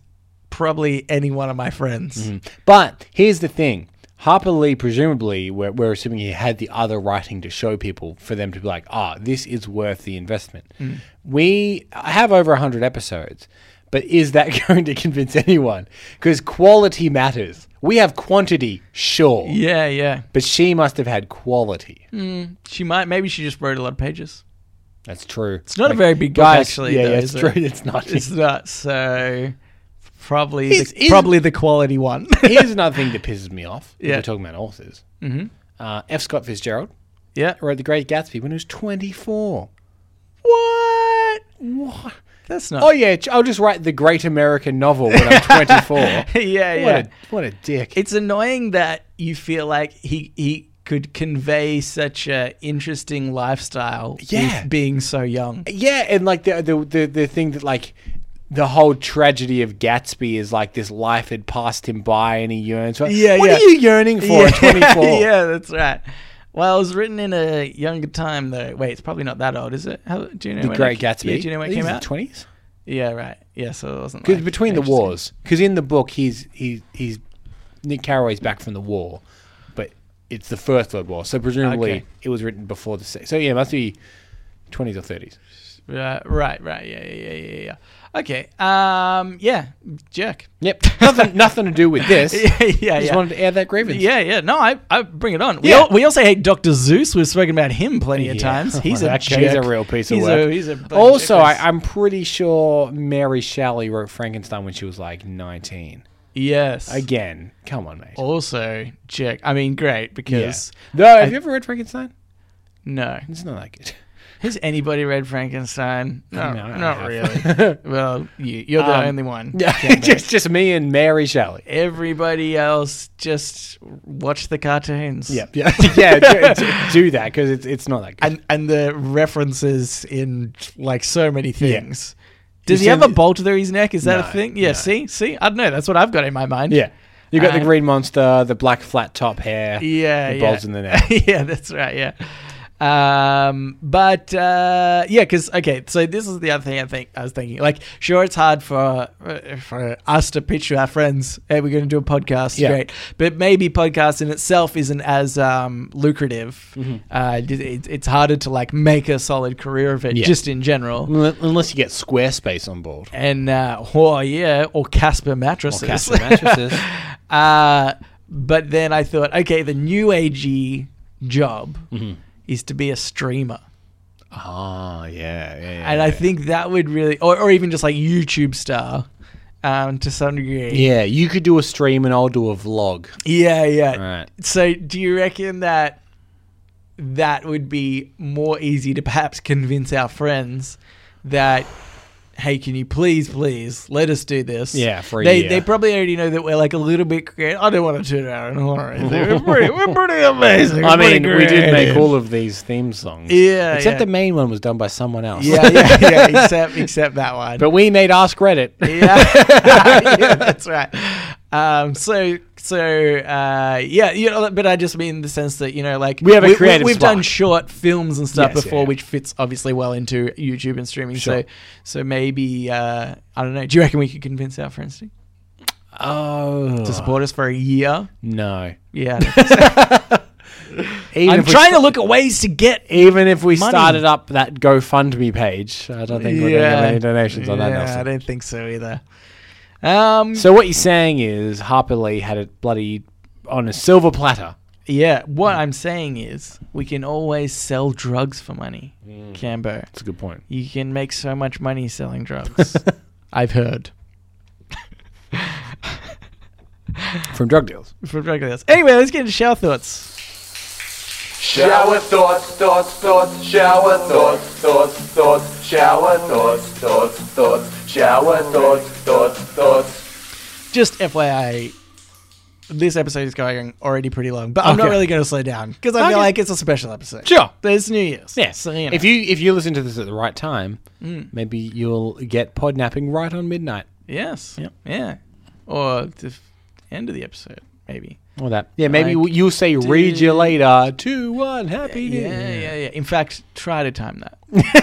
A: probably any one of my
B: Mm-hmm.
A: friends.
B: But here's the thing. Harper Lee, presumably, we're, we're assuming he had the other writing to show people for them to be like, ah, this is worth the investment.
A: Mm.
B: We have over 100 episodes, but is that going to convince anyone? Because quality matters. We have quantity, sure,
A: Yeah, yeah.
B: but she must have had quality.
A: She might. Maybe she just wrote a lot of pages.
B: That's true.
A: It's not a very big book, actually,
B: Yeah,
A: though,
B: yeah it's
A: is
B: true.
A: it?
B: It's not.
A: It's not so. Probably,
B: Is-
A: the,
B: is-
A: probably the quality one.
B: here's another thing that pisses me off. if
A: Yeah.
B: We're talking about authors. Mm-hmm. Uh, F. Scott Fitzgerald
A: yeah.
B: wrote The Great Gatsby when he was 24.
A: What?
B: What?
A: That's not.
B: Oh yeah, ch- I'll just write the Great American Novel when I'm 24.
A: yeah, yeah.
B: What a what a dick.
A: it's annoying that you feel like he he could convey such a interesting lifestyle.
B: Yeah.
A: with being so young.
B: yeah, and like the, the the the thing that like the whole tragedy of Gatsby is like this life had passed him by and he yearns. For.
A: Yeah,
B: what
A: yeah.
B: are you yearning for at 24?
A: yeah, that's right. Well, it was written in a younger time, though. Wait, it's probably not that old, is it? How, do you know
B: The
A: when
B: Great
A: it,
B: Gatsby.
A: Yeah, do you know when it
B: I think
A: came
B: it's
A: out?
B: The 20s.
A: yeah, right. Yeah, so it wasn't.
B: Because
A: like,
B: between the
A: interesting.
B: wars, because in the book he's he's he's Nick Carraway's back from the war, but it's the First World War, so presumably
A: Okay.
B: it was written before the. se- So yeah, it must be 20s or 30s.
A: Right, right, right. Yeah, yeah, yeah, yeah, yeah. Okay. Um. Yeah. Jerk.
B: Yep. nothing, nothing to do with this.
A: yeah, yeah,
B: I just
A: yeah.
B: wanted to air that grievance.
A: yeah, yeah. No, I, I bring it on. We,
B: Yeah.
A: all, we also hate Dr. Zeus. We've spoken about him plenty of
B: Yeah.
A: times. He's a
B: That
A: jerk.
B: guy's a real piece of
A: he's
B: work.
A: A, he's a bloody
B: Also, I,
A: jerk.
B: I'm pretty sure Mary Shelley wrote Frankenstein when she was like 19.
A: yes.
B: Again, come on, mate.
A: also, jerk. I mean, great
B: Yeah.
A: because
B: No, have you ever read Frankenstein?
A: no.
B: It's not that good.
A: Has anybody read Frankenstein? No,
B: No, I
A: not
B: have.
A: really. well, you, you're the
B: Um,
A: only one.
B: Yeah, just just me and Mary Shelley.
A: Everybody else just watch the cartoons.
B: yeah, yeah. Do, do- do that because it's it's not that good.
A: And and the references in like so many things. Does
B: You
A: he have
B: seen
A: a
B: the-
A: bolt through his neck? Is that
B: No,
A: a thing? Yeah.
B: no.
A: See, see, I don't know. That's what I've got in my mind.
B: yeah, you got the
A: Uh,
B: green monster, the black flat top hair.
A: yeah,
B: the
A: yeah.
B: bulbs in the neck.
A: yeah, that's right. Yeah. Um, but uh, yeah, because okay, so this is the other thing I think I was thinking. Like, sure, it's hard for uh, for us to pitch to our friends, "Hey, we're going to do a podcast."
B: Yeah.
A: Great, but maybe podcast in itself isn't as um, lucrative.
B: Mm-hmm.
A: Uh, it, it- it's harder to like make a solid career of it,
B: Yeah.
A: just in general.
B: Un- Unless you get Squarespace on board.
A: And uh, oh yeah, or Casper mattresses.
B: Or Casper mattresses.
A: Uh, but then I thought, okay, the new agey job
B: Mm-hmm.
A: is to be a streamer.
B: Ah, yeah, yeah, yeah.
A: And I think that would really, or, or even just like YouTube star um, to some degree.
B: yeah, you could do a stream and I'll do a vlog.
A: Yeah, yeah.
B: Right.
A: So do you reckon that that would be more easy to perhaps convince our friends that, hey, can you please, please let us do this?
B: Yeah, for a
A: they,
B: year.
A: They probably already know that we're like a little bit creative. I don't want to turn around and horror. We're pretty, we're pretty amazing.
B: I
A: We're pretty
B: mean, we did make
A: creative.
B: all of these theme songs.
A: Yeah,
B: Except
A: yeah.
B: the main one was done by someone else.
A: Yeah, yeah, yeah. except, except that one.
B: But we made Ask Reddit.
A: yeah, Yeah, that's right. Um, so so uh, yeah, you know, but I just mean in the sense that you know, like
B: We have a creative
A: have done
B: spark.
A: short films and stuff
B: Yes,
A: before,
B: yeah.
A: which fits obviously well into YouTube and streaming.
B: Sure.
A: So so maybe uh, I don't know. Do you reckon we could convince our friends to,
B: Oh.
A: to support us for a year?
B: No.
A: Yeah, I don't think so.
B: Even
A: I'm
B: if we
A: trying to look at ways to get.
B: even if we
A: Money.
B: started up that GoFundMe page, I don't think we're going to get any donations on that.
A: Yeah,
B: Nelson.
A: I don't think so either. Um,
B: So what you're saying is Harper Lee had it bloody on a silver platter.
A: Yeah,
B: Hmm.
A: what I'm saying is we can always sell drugs for money,
B: Hmm.
A: Cambo.
B: That's a good point.
A: You can make so much money selling drugs. I've heard
B: From drug deals.
A: from drug dealers. Anyway, let's get into shower thoughts.
D: Shower thoughts, thoughts, thoughts, shower thoughts, thoughts, thoughts, shower thoughts, thoughts, thoughts, shower thoughts, thoughts, thoughts.
A: Just FYI, this episode is going already pretty long, but I'm not
B: Okay.
A: really going to slow down because I feel
B: Okay.
A: like it's a special episode.
B: Sure.
A: But it's New Year's.
B: Yeah.
A: So, you know. Mm.
B: If you if you listen to this at the right time, maybe you'll get pod napping right on midnight.
A: yes. Yeah. Or the f- end of the episode, maybe.
B: Or that. Yeah, maybe
A: Like,
B: you'll say read you later. Two one happy
A: Yeah,
B: New
A: yeah,
B: Year."
A: yeah, In fact, try to time that.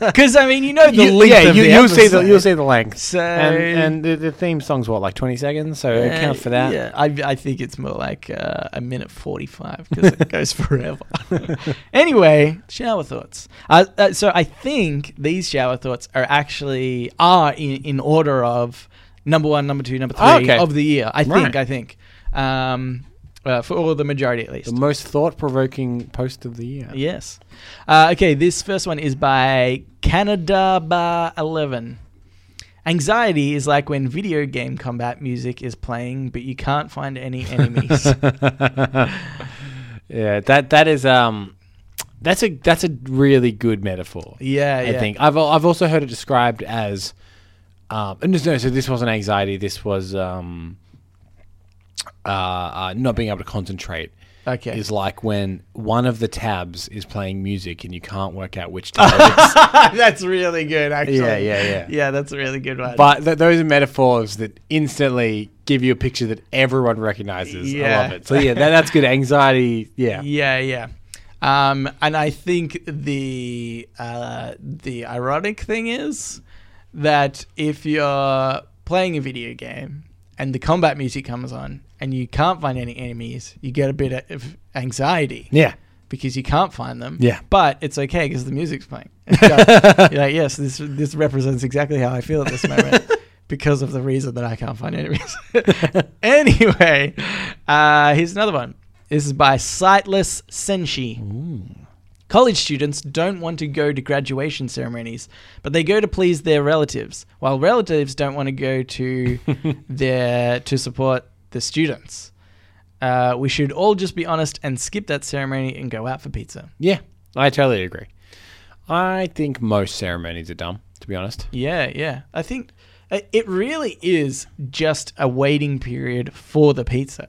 A: Because I mean, you know the
B: You-
A: length
B: yeah,
A: of
B: you,
A: the
B: you'll see the
A: episode.
B: you'll see the length.
A: So-
B: and, and the, the theme song's what like twenty seconds, so
A: Uh,
B: account for that.
A: Yeah, I, I think it's more like uh, a minute 45 because it goes forever. anyway, shower thoughts. Uh, uh, so I think these shower thoughts are actually are in, in order of number one, number two, number three
B: Oh, okay.
A: of the year. I
B: Right.
A: think, I think. Um, uh, for all the majority at least.
B: The most thought provoking post of the year.
A: Yes. Uh, okay, this first one is by Canada Bar 11. Anxiety is like when video game combat music is playing, but you can't find any enemies.
B: Yeah, that that is um, that's a that's a really good metaphor.
A: yeah,
B: I
A: yeah.
B: think I've al- I've also heard it described as, um, and no, so this wasn't anxiety. This was um, uh, uh, not being able to concentrate.
A: Okay.
B: Is like when one of the tabs is playing music and you can't work out which tab it is.
A: that's really good, actually.
B: Yeah, yeah, yeah.
A: Yeah, that's a really good one.
B: But th- those are metaphors that instantly give you a picture that everyone recognizes. I
A: Yeah.
B: love it. So yeah, that, that's good. Anxiety. Yeah.
A: yeah, yeah. Um, and I think the uh, the ironic thing is that if you're playing a video game and the combat music comes on and you can't find any enemies, you get a bit of anxiety.
B: Yeah.
A: because you can't find them.
B: Yeah.
A: But it's okay because the music's playing. It's got- You're like, yes, this this represents exactly how I feel at this moment because of the reason that I can't find enemies. anyway, uh, here's another one. This is by Sightless Senshi. College students don't want to go to graduation ceremonies, but they go to please their relatives, while relatives don't want to go to their to support the students. Uh, we should all just be honest and skip that ceremony and go out for pizza.
B: Yeah, I totally agree. I think most ceremonies are dumb, to be honest.
A: Yeah, yeah. I think i- it really is just a waiting period for the pizza.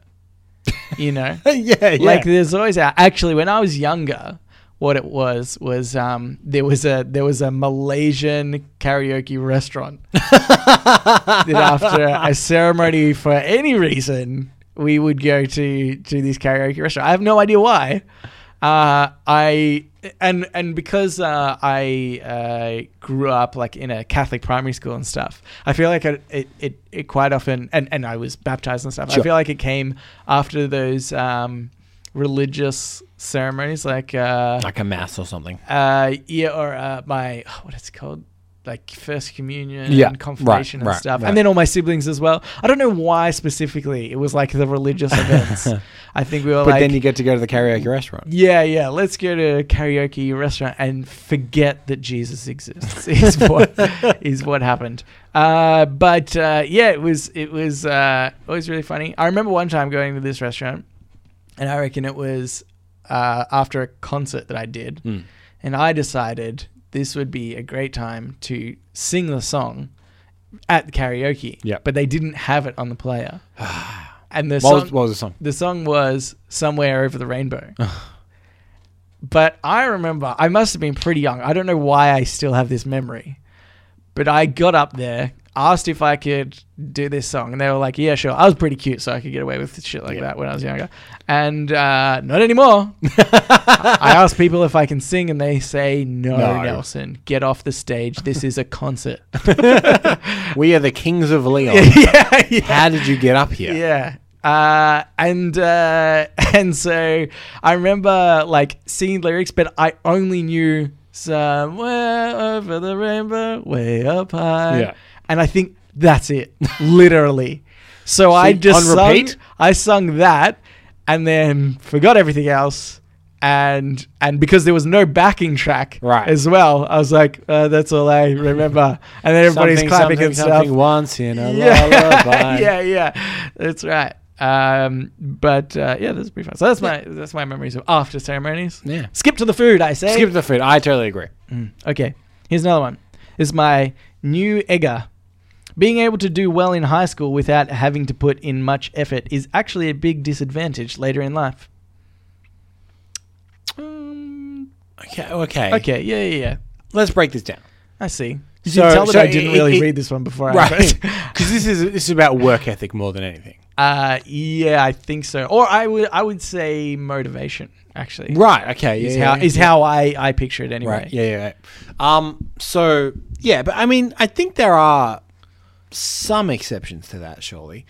A: You know?
B: yeah,
A: Like there's always a- actually when I was younger, what it was was um, there was a there was a Malaysian karaoke restaurant that after a ceremony for any reason we would go to to this karaoke restaurant. I have no idea why. Uh, I and and because uh, I uh, grew up like in a Catholic primary school and stuff, I feel like it it, it, it quite often and, and I was baptized and stuff.
B: Sure.
A: I feel like it came after those um, religious ceremonies, like uh,
B: like a mass or something.
A: uh, yeah, or uh, my oh, what is it called? Like first communion
B: Yeah,
A: and confirmation and
B: right, right,
A: stuff,
B: right.
A: and then all my siblings as well. I don't know why specifically it was like the religious events. I think we were
B: But
A: like,
B: then you get to go to the karaoke restaurant.
A: yeah, yeah, let's go to a karaoke restaurant and forget that Jesus exists. Is what is what happened. Uh, but uh, yeah, it was it was uh, always really funny. I remember one time going to this restaurant, and I reckon it was uh, after a concert that I did,
B: Hmm.
A: and I decided this would be a great time to sing the song at the karaoke.
B: Yep.
A: but they didn't have it on the player. And the
B: What was,
A: song,
B: what was the song?
A: the song was Somewhere Over the Rainbow. but I remember, I must have been pretty young. I don't know why I still have this memory. But I got up there, asked if I could do this song, and they were like, yeah, sure. I was pretty cute, so I could get away with shit like that when I was younger. And uh, not anymore. I ask people if I can sing, and they say, no,
B: No.
A: Nelson, get off the stage. This is a concert.
B: We are the kings of Leon.
A: yeah, yeah.
B: How did you get up here?
A: Yeah. Uh, and uh, and so I remember like singing lyrics, but I only knew somewhere over the rainbow, way up high.
B: Yeah.
A: And I think that's it, literally. So I
B: So
A: just
B: on
A: sung,
B: repeat?
A: I sung that, and then forgot everything else. And and because there was no backing track
B: Right.
A: as well, I was like, uh, that's all I remember. And then everybody's
B: Something,
A: clapping
B: something,
A: and stuff.
B: something once in a lullaby.
A: yeah, yeah, that's right. Um, but uh, yeah, that's pretty fun. So that's my that's my memories of after ceremonies.
B: Yeah.
A: Skip to the food, I say. Mm.
B: Skip the food. I totally agree.
A: Okay, here's another one. This is my new egger. Being able to do well in high school without having to put in much effort is actually a big disadvantage later in life. Um,
B: Okay. Okay.
A: okay, yeah, yeah, yeah.
B: Let's break this down.
A: I see. You
B: So-
A: can tell that
B: so
A: I didn't
B: it-
A: really
B: it-
A: read this one before. I
B: Right. Because this is this is about work ethic more than anything.
A: Uh, yeah, I think so. Or I would I would say motivation actually.
B: Right. Okay.
A: Is how is how I I picture it anyway.
B: Right. Yeah. Yeah. yeah. Um. So yeah, but I mean, I think there are some exceptions to that. Surely,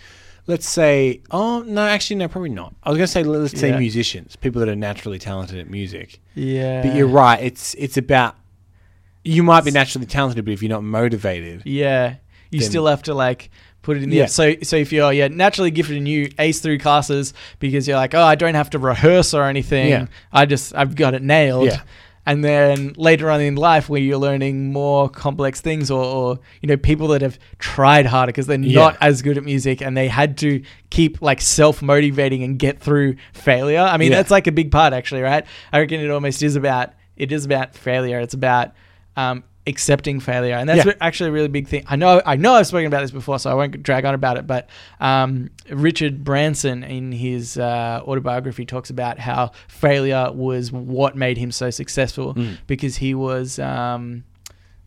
B: let's say. Oh no, actually, no, probably not. I was gonna say let's say
A: Yeah.
B: musicians, people that are naturally talented at music.
A: Yeah.
B: But you're right. It's it's about you might be naturally talented, but if you're not motivated,
A: Yeah. You
B: Then-
A: still have to like put it in the
B: Yeah.
A: so so if you're yeah naturally gifted and you ace through classes because you're like oh I don't have to rehearse or anything
B: Yeah.
A: I just I've got it nailed
B: Yeah.
A: and then later on in life where you're learning more complex things or, or you know people that have tried harder because they're
B: Yeah.
A: not as good at music and they had to keep like self motivating and get through failure I mean
B: Yeah.
A: that's like a big part actually right I reckon it almost is about it is about failure it's about um, accepting failure and that's
B: Yeah.
A: what actually a really big thing. I know I know I've spoken about this before, so I won't drag on about it. But um, Richard Branson, in his uh, autobiography, talks about how failure was what made him so successful
B: Mm.
A: because he was. Um,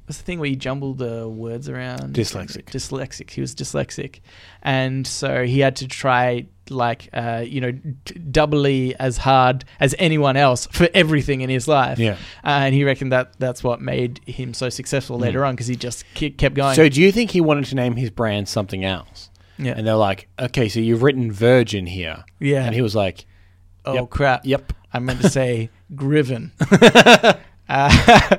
A: What's the thing where you jumble the words around?
B: Dyslexic.
A: Dyslexic. He was dyslexic, and so he had to try like uh, you know d- doubly as hard as anyone else for everything in his life.
B: Yeah.
A: Uh, and he reckoned that that's what made him so successful later on because he just ke- kept going.
B: Mm. so do you think he wanted to name his brand something else?
A: yeah.
B: And they're like, okay, so you've written Virgin here.
A: Yeah.
B: And he was like,
A: oh
B: yep,
A: crap!
B: yep.
A: I meant to say Griven. uh,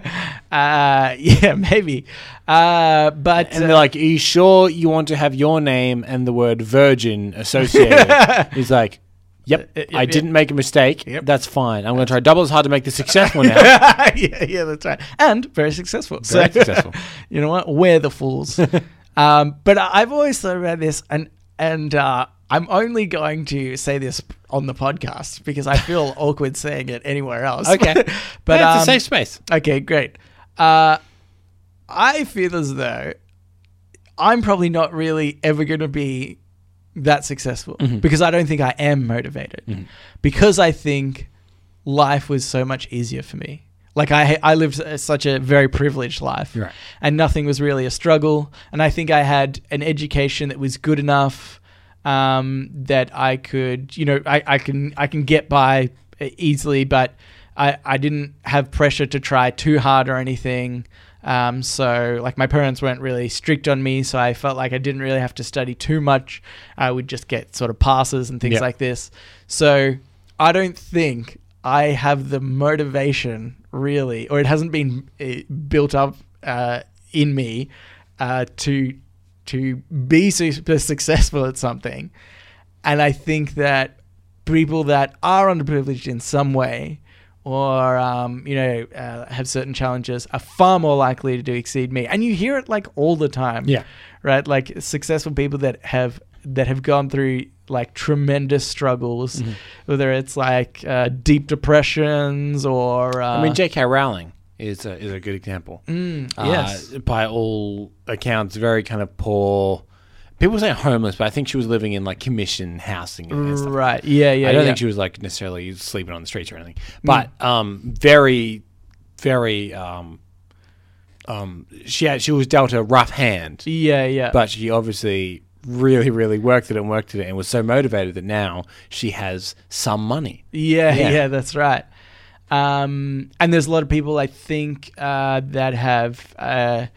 A: uh, yeah, maybe. Uh, but
B: And they're like, Are you sure you want to have your name and the word virgin associated? He's like, Yep,
A: Uh, uh,
B: I
A: yep,
B: didn't make a mistake.
A: Yep.
B: That's fine. I'm going to try double as hard to make this successful now.
A: yeah, yeah, that's right. And very successful.
B: Very successful.
A: You know what? We're the fools. um, but I- I've always thought about this, and and uh, I'm only going to say this on the podcast because I feel awkward saying it anywhere else.
B: Okay.
A: but
B: Yeah, it's a
A: um,
B: safe space.
A: okay, great. Uh, I feel as though I'm probably not really ever going to be that successful
B: Mm-hmm.
A: because I don't think I am motivated because I think life was so much easier for me. Like I I lived a- such a very privileged life,
B: Right.
A: and nothing was really a struggle. And I think I had an education that was good enough um, that I could, you know, I, I can I can get by easily, but I, I didn't have pressure to try too hard or anything. Um, so, like, my parents weren't really strict on me, so I felt like I didn't really have to study too much. I would just get sort of passes and things
B: Yeah.
A: like this. So, I don't think I have the motivation really, or it hasn't been uh, built up uh, in me uh, to to be super successful at something. And I think that people that are underprivileged in some way or, um, you know, uh, have certain challenges are far more likely to do exceed me. And you hear it like all the time.
B: Yeah.
A: Right. Like successful people that have that have gone through like tremendous struggles,
B: Mm-hmm.
A: whether it's like uh, deep depressions or. Uh, Mm,
B: I mean, J.K. Rowling is a, is a good example. Uh,
A: yes.
B: by all accounts, very kind of poor. People say homeless, but I think she was living in like commission housing. And stuff.
A: Right. Yeah. Yeah.
B: I don't
A: yeah.
B: think she was like necessarily sleeping on the streets or anything, but um, very, very. Um, um, she had, she was dealt a rough hand,
A: Yeah. Yeah.
B: but she obviously really, really worked at it and worked at it, and was so motivated that now she has some money.
A: Yeah,
B: Yeah.
A: yeah, that's right. Um, and there's a lot of people I think uh, that have uh,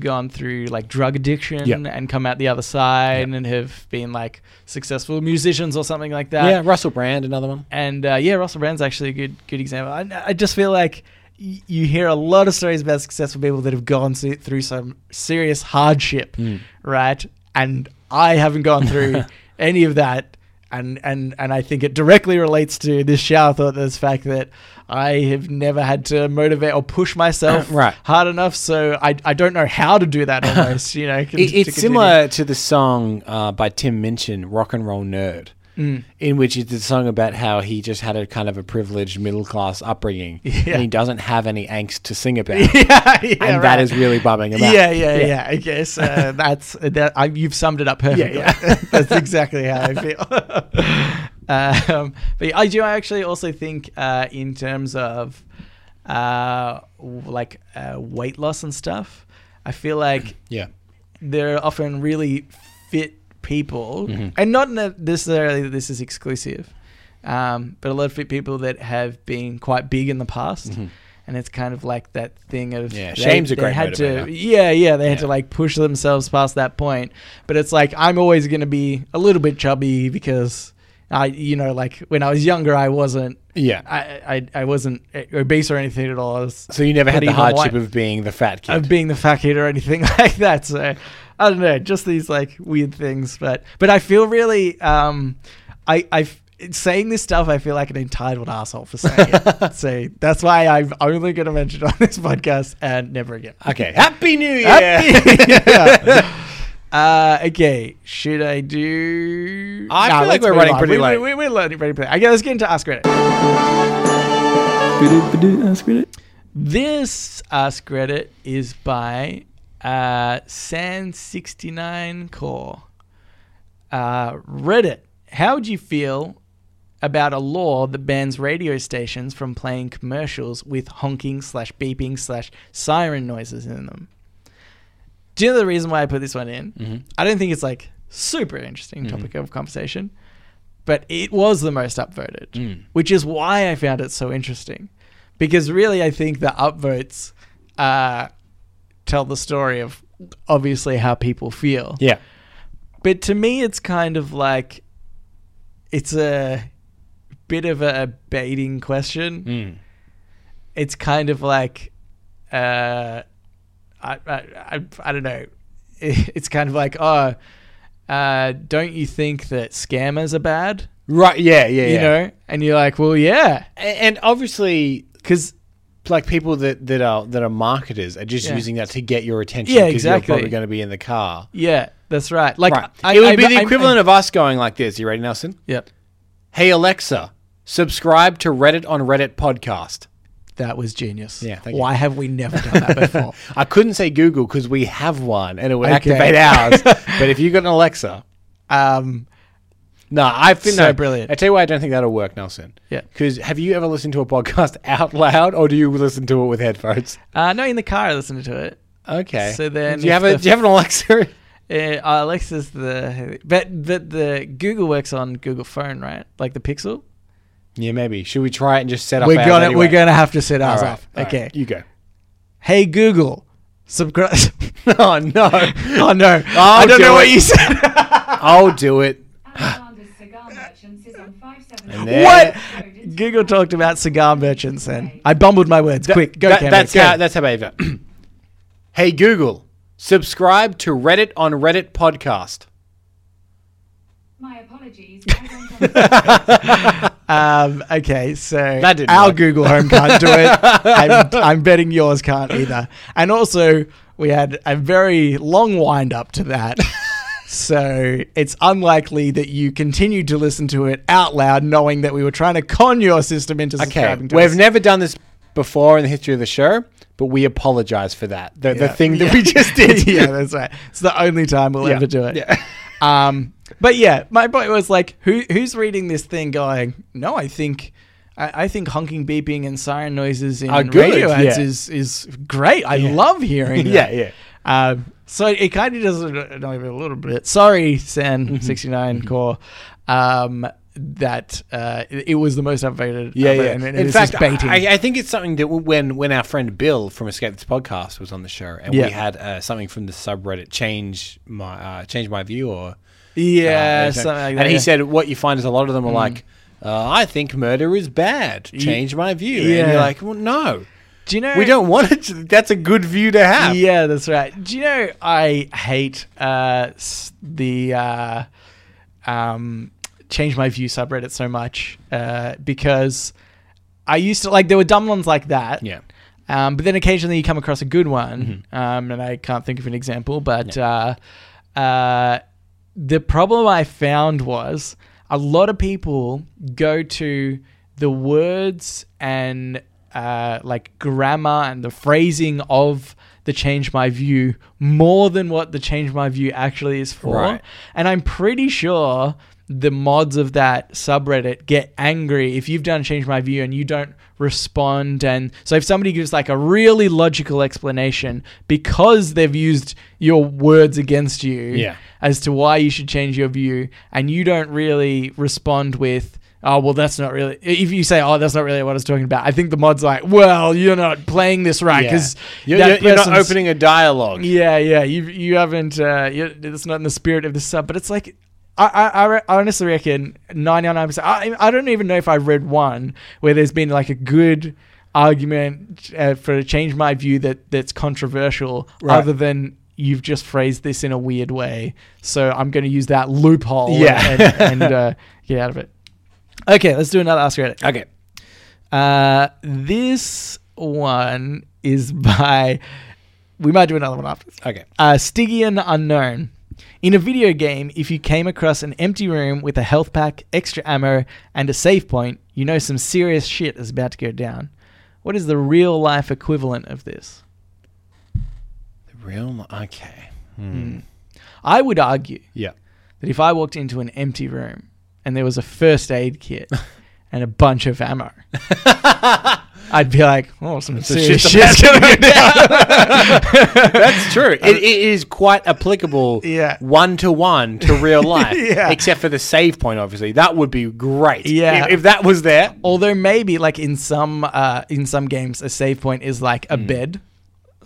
A: gone through like drug addiction
B: Yeah.
A: and come out the other side and have been like successful musicians or something like that.
B: yeah, Russell Brand, another one.
A: And uh, yeah, Russell Brand's actually a good good example. uh, I, I just feel like y- you hear a lot of stories about successful people that have gone se- through some serious hardship,
B: Hmm.
A: right? And I haven't gone through any of that. And, and and I think it directly relates to this shower thought, this fact that I have never had to motivate or push myself
B: Right.
A: hard enough, so I, I don't know how to do that almost, you know.
B: It,
A: to
B: it's
A: continue.
B: similar to the song uh, by Tim Minchin, "Rock and Roll Nerd," in which it's a song about how he just had a kind of a privileged middle class upbringing,
A: Yeah.
B: and he doesn't have any angst to sing about,
A: yeah, yeah,
B: and
A: right.
B: that is really bumming him out.
A: Yeah, yeah, yeah, I guess uh, that's that. I, you've summed it up perfectly. that's exactly how I feel. um, but yeah, I do. I actually also think uh, in terms of uh, w- like uh, weight loss and stuff. I feel like
B: yeah.
A: they're often really fit people,
B: Mm-hmm.
A: and not ne- necessarily that this is exclusive, um, but a lot of fit people that have been quite big in the past. And it's kind of like that thing of
B: Mm-hmm. Yeah, shame's a great
A: had to
B: motivator.
A: yeah yeah they had to
B: Yeah.
A: like push themselves past that point, but it's like I'm always going to be a little bit chubby because I you know like when I was younger I wasn't
B: Yeah.
A: I I, I wasn't obese or anything at all I was
B: So you never had
A: But
B: the
A: even why-
B: hardship of being the fat kid.
A: of being the fat kid or anything like that. So I don't know, just these like weird things. But but I feel really, um, I I saying this stuff, I feel like an entitled asshole for saying it. So that's why I'm only going to mention it on this podcast and never again.
B: okay. Happy New Year.
A: Yeah. Uh, okay, should I do?
B: I feel like
A: let's
B: we're
A: move
B: running
A: on.
B: pretty
A: We-
B: late.
A: We, we, we're running pretty late. Okay, let's get into Ask Reddit. This Ask Reddit is by uh, San69Core. Uh, Reddit, how would you feel about a law that bans radio stations from playing commercials with honking slash beeping slash siren noises in them? Do you know the reason why I put this one in? I don't think it's like super interesting topic of conversation, but it was the most upvoted, which is why I found it so interesting. Because really, I think the upvotes uh, tell the story of obviously how people feel.
B: Yeah.
A: But to me, it's kind of like it's a bit of a baiting question.
B: Mm.
A: It's kind of like uh, I, I I I don't know. It's kind of like oh, uh, don't you think that scammers are bad?
B: Right. Yeah. Yeah.
A: You know, and you're like, well, yeah,
B: And obviously,
A: because
B: like people that, that are that are marketers are just
A: Yeah.
B: using that to get your attention.
A: Yeah,
B: 'cause
A: exactly.
B: You're probably going to be in the car.
A: yeah, that's right. Like
B: Right.
A: I-
B: it would
A: I-
B: be
A: I-
B: the
A: I-
B: equivalent of us going like this. You ready, Nelson?
A: Yep,
B: Hey Alexa, subscribe to Reddit on Reddit podcast.
A: that was genius.
B: Yeah, thank you.
A: Why have we never done that before?
B: I couldn't say Google because we have one and it would
A: Okay.
B: activate ours. but if you got an Alexa,
A: um,
B: no, I think
A: So
B: no,
A: brilliant.
B: I tell you why I don't think that'll work, Nelson.
A: Yeah.
B: Because have you ever listened to a podcast out loud, or do you listen to it with headphones?
A: uh, no, in the car, I listened to it.
B: Okay.
A: So then
B: do you
A: if
B: have a
A: the-
B: do you have an Alexa?
A: Uh, Alexa's the but but the Google works on Google Phone, right? Like the Pixel.
B: Yeah, maybe. Should we try it and just set up?
A: We're
B: ours
A: gonna
B: anyway?
A: we're gonna have to set
B: All
A: ours
B: right,
A: up.
B: all right,
A: okay.
B: you go.
A: Hey Google, subscribe.
B: oh no!
A: oh no, I
B: I'll
A: don't
B: do
A: know what
B: it.
A: you said.
B: I'll do it.
E: Alexander's Cigar Merchants is on 570.
B: there-
A: What?
E: Road in
A: Google talked about cigar merchants, and I bumbled my words. Quick, go,
B: That-
A: Cameron,
B: that's
A: go.
B: how. That's how I have it. hey Google, subscribe to Reddit on Reddit podcast.
E: My apologies. I went on a
A: Um, okay, so
B: That didn't
A: our
B: work.
A: Google Home can't do it. I'm, I'm betting yours can't either. And also, we had a very long wind up to that. So it's unlikely that you continued to listen to it out loud, knowing that we were trying to con your system into
B: Okay,
A: subscribing to
B: we've
A: us.
B: never done this before in the history of the show, but we apologize for that. The, the
A: Yeah.
B: thing that we just did.
A: yeah, that's right. It's the only time we'll
B: Yeah.
A: ever do it.
B: Yeah.
A: Um, but yeah, my point was like, who who's reading this thing going? No, I think. I I think honking, beeping, and siren noises in
B: Are good,
A: radio ads
B: yeah.
A: is is great. I love hearing.
B: Yeah,
A: that.
B: yeah.
A: Um, so it kind of does annoy me a little bit. Sorry,
B: Mm-hmm.
A: Sen 69 core. Um, that uh, it it was the most updated.
B: Yeah,
A: updated,
B: yeah.
A: And, and
B: In
A: it's
B: fact,
A: just baiting.
B: I, I think it's something that w- when when our friend Bill from Escape This Podcast was on the show, and
A: Yeah.
B: we had uh, something from the subreddit change my uh, change my view, or
A: yeah,
B: uh,
A: something like
B: and
A: that.
B: he
A: yeah. Mm.
B: said what you find is a lot of them are like, uh, I think murder is bad. Change my view. And
A: Yeah.
B: you're like, well, no,
A: "Do you know
B: we don't want it. To, that's a good view to have.
A: Yeah, that's right. Do you know I hate uh, s- the uh, um, change my view subreddit so much uh, because I used to like there were dumb ones like that.
B: Yeah.
A: Um, but then occasionally you come across a good one, um, and I can't think of an example, but uh, uh, the problem I found was a lot of people go to the words and uh, like grammar and the phrasing of the change my view more than what the change my view actually is for.
B: Right.
A: And I'm pretty sure the mods of that subreddit get angry if you've done change my view and you don't respond and so if somebody gives like a really logical explanation because they've used your words against you
B: Yeah.
A: as to why you should change your view and you don't really respond with oh well that's not really if you say oh that's not really what i was talking about i think the mod's like well you're not playing this right
B: Yeah.
A: because
B: You're, you're- you're not opening a dialogue.
A: yeah, yeah. You you haven't. Uh, you it's not in the spirit of the sub, but it's like. I, I, I re- I honestly reckon 99%. I, I don't even know if I've read one where there's been like a good argument uh, for change my view that that's controversial
B: Right.
A: other than you've just phrased this in a weird way. So I'm going to use that loophole
B: Yeah.
A: and, and, uh, get out of it. Okay, let's do another Ask Reddit.
B: Okay.
A: Uh, this one is by. We might do another one after. this.
B: Okay.
A: Uh, Stygian Unknown. In a video game, if you came across an empty room with a health pack, extra ammo, and a save point, you know some serious shit is about to go down. What is the real life equivalent of this?
B: The real. mo- Okay.
A: Hmm. I would argue
B: Yeah.
A: that if I walked into an empty room and there was a first aid kit and a bunch of ammo, I'd be like, oh, some serious
B: shit's
A: shit's going to go down.
B: That's true. It, it is quite applicable
A: Yeah.
B: one to one to real life.
A: Yeah.
B: Except for the save point, obviously. That would be great.
A: Yeah.
B: If, if that was there.
A: Although maybe like in some uh, in some games, a save point is like a bed.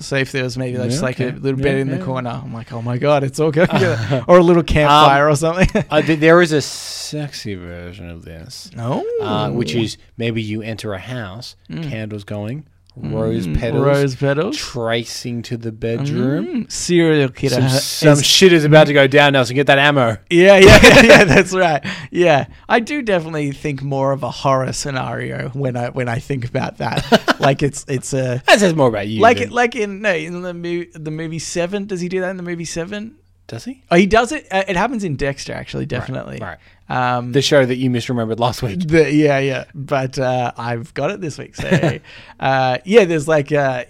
A: So if there was maybe like, just like
B: okay.
A: a little bed
B: Hmm. Yeah,
A: in
B: yeah.
A: the corner, I'm like, oh my god, it's all going together. or a little campfire or something.
B: Uh, th- there is a sexy version of this,
A: no,
B: uh, which is maybe you enter a house, candles going, Hmm. rose petals, Hmm,
A: rose petals.
B: tracing to the bedroom.
A: Mm, Serial killer.
B: Some,
A: ha-
B: some
A: is-
B: shit is about to go down, Nelson. Get that ammo.
A: yeah, yeah, yeah, yeah. That's right. Yeah, I do definitely think more of a horror scenario when I when I think about that. like it's it's a
B: That says more about you.
A: like
B: than-
A: like in no in the movie the movie Seven. Does he do that in the movie Seven?
B: does he?
A: Oh, he does it. Uh, it happens in Dexter, actually, definitely.
B: right.
A: Um,
B: The show that you misremembered last week.
A: the- yeah, yeah. But uh, I've got it this week. So, uh, yeah, there's like uh,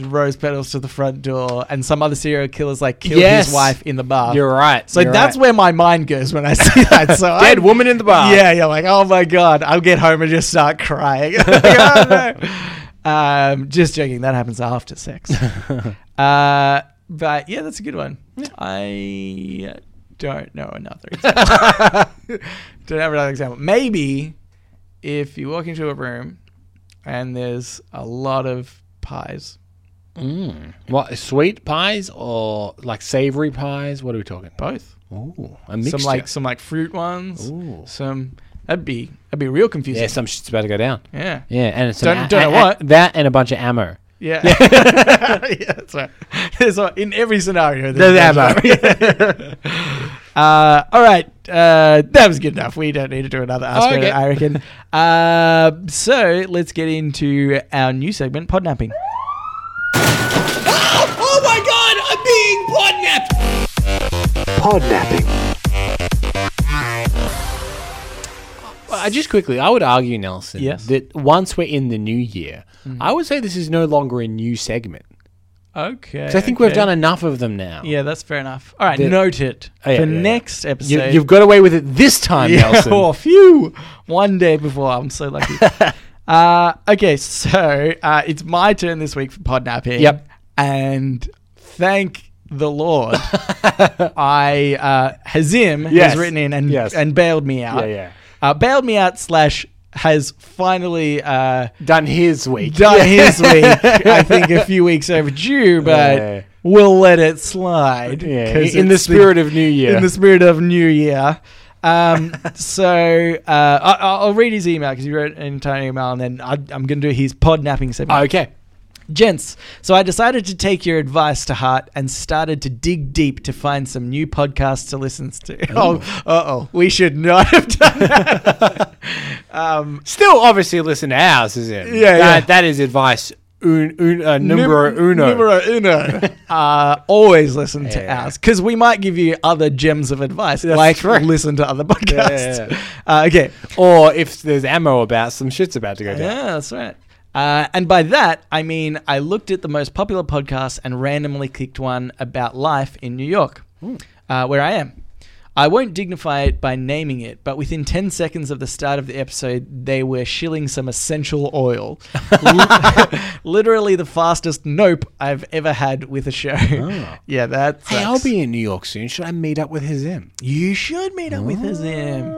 A: rose petals to the front door, and some other serial killers like killed
B: Yes.
A: his wife in the bar.
B: You're right.
A: So
B: you're
A: Uh, that's
B: right.
A: where my mind goes when I see that. So
B: dead
A: I'm-
B: woman in the bar.
A: Yeah, yeah. Like, oh my god, I'll get home and just start crying. Like, oh, no. um, just joking. That happens after sex. uh, but yeah, that's a good one. I don't know another. example. don't have another example. Maybe if you walk into a room and there's a lot of pies.
B: What sweet pies or like savory pies? What are we talking?
A: Both.
B: Ooh, a mixture.
A: Some like some like fruit ones.
B: Ooh.
A: Some that'd be that'd be real confusing.
B: yeah, some shit's about to go down.
A: Yeah.
B: Yeah, and it's
A: Don't-
B: an,
A: don't know
B: a- a-
A: what.
B: that and a bunch of ammo.
A: Yeah. Yeah, that's right. There's a- in every scenario,
B: There's
A: uh, all right. Uh, that was good enough. We don't need to do another Ask
B: Okay.
A: Reddit, I reckon. uh, so let's get into our new segment, Podnapping.
B: Oh my god, I'm being podnapped. Podnapping. I just quickly, I would argue, Nelson,
A: Yes. Mm.
B: that once we're in the new year, I would say this is no longer a new segment.
A: Okay.
B: 'Cause I think we've done enough of them now.
A: Yeah, that's fair enough. All right,
B: The-
A: note it
B: Oh, yeah,
A: for
B: yeah, yeah.
A: next episode.
B: You, you've got away with it this time, Nelson.
A: Oh, phew. One day before. I'm so lucky. uh, okay, so uh, it's my turn this week for podnapping.
B: Yep.
A: And thank the Lord, I uh, Hazim
B: Yes.
A: has written in and
B: Yes.
A: and bailed me out.
B: Yeah, yeah.
A: Uh, bailed me out slash has finally uh,
B: Done his week.
A: done his week. I think a few weeks overdue, but
B: Yeah.
A: we'll let it slide.
B: Yeah,
A: 'cause
B: in the
A: it's
B: spirit of New Year.
A: In the spirit of New Year. Um, so uh, I, I'll read his email because he wrote an entire email, and then I, I'm going to do his pod napping segment.
B: okay.
A: Gents, so I decided to take your advice to heart and started to dig deep to find some new podcasts to listen to. Oh, uh oh, we should not have done that. um,
B: Still, obviously, listen to ours, is it?
A: Yeah,
B: that,
A: yeah.
B: That is advice un, un, uh, numero
A: Num-
B: uno.
A: Numero uno. uh, always listen to
B: Yeah.
A: ours because we might give you other gems of advice,
B: That's
A: like
B: true.
A: listen to other podcasts.
B: yeah,
A: Uh, okay,
B: Or if there's ammo about, some shit's about to go down.
A: yeah, that's right. Uh, and by that, I mean I looked at the most popular podcasts and randomly clicked one about life in New York,
B: Hmm.
A: uh, where I am. I won't dignify it by naming it, but within 10 seconds of the start of the episode, they were shilling some essential oil. Li- Literally the fastest nope I've ever had with a show.
B: Ah.
A: yeah, that's.
B: Hey, I'll be in New York soon. Should I meet up with his M?
A: You should meet up with Azim.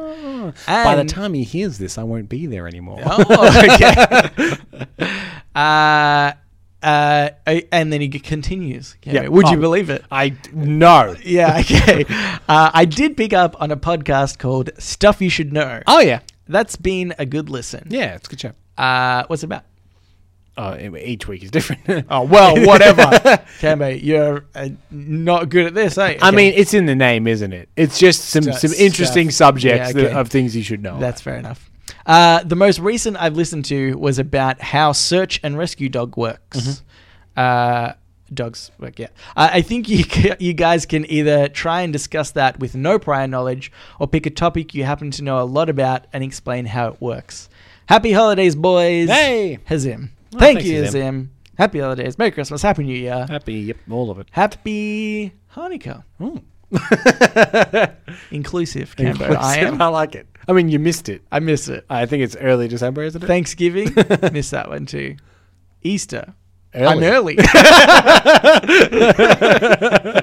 B: Ah. By the
A: And-
B: time he hears this, I won't be there anymore.
A: Oh, okay. uh, uh, and then he continues.
B: Yeah.
A: Would you
B: Oh.
A: believe it?
B: I no.
A: Yeah, okay. uh, I did pick up on a podcast called Stuff You Should Know.
B: Oh yeah,
A: That's been a good listen.
B: yeah. It's a good show.
A: Uh, what's it about?
B: Oh, anyway, each week is different.
A: Oh, well, whatever. okay, mate, you're uh, not good at this, are you?
B: I
A: Okay.
B: mean, it's in the name, isn't it? It's just some
A: Just
B: some interesting
A: stuff.
B: subjects
A: Yeah, okay.
B: that, of things you should know.
A: That's fair enough. Uh, the most recent I've listened to was about how search and rescue dog works.
B: Mm-hmm.
A: Uh, dogs work, yeah. Uh, I think you ca- you guys can either try and discuss that with no prior knowledge, or pick a topic you happen to know a lot about and explain how it works. Happy holidays, boys!
B: Hey! Oh,
A: Hazim. Thank
B: thanks,
A: you,
B: Hazim. Uh,
A: Hazim. Happy holidays, Merry Christmas, Happy New Year,
B: happy. Yep, all of it.
A: Happy Hanukkah. Inclusive, Cambo. Hmm. I am.
B: I like it. I mean, you missed it.
A: I miss it.
B: I think it's early December, isn't it?
A: Thanksgiving, miss that one too. Easter,
B: Early.
A: I'm early.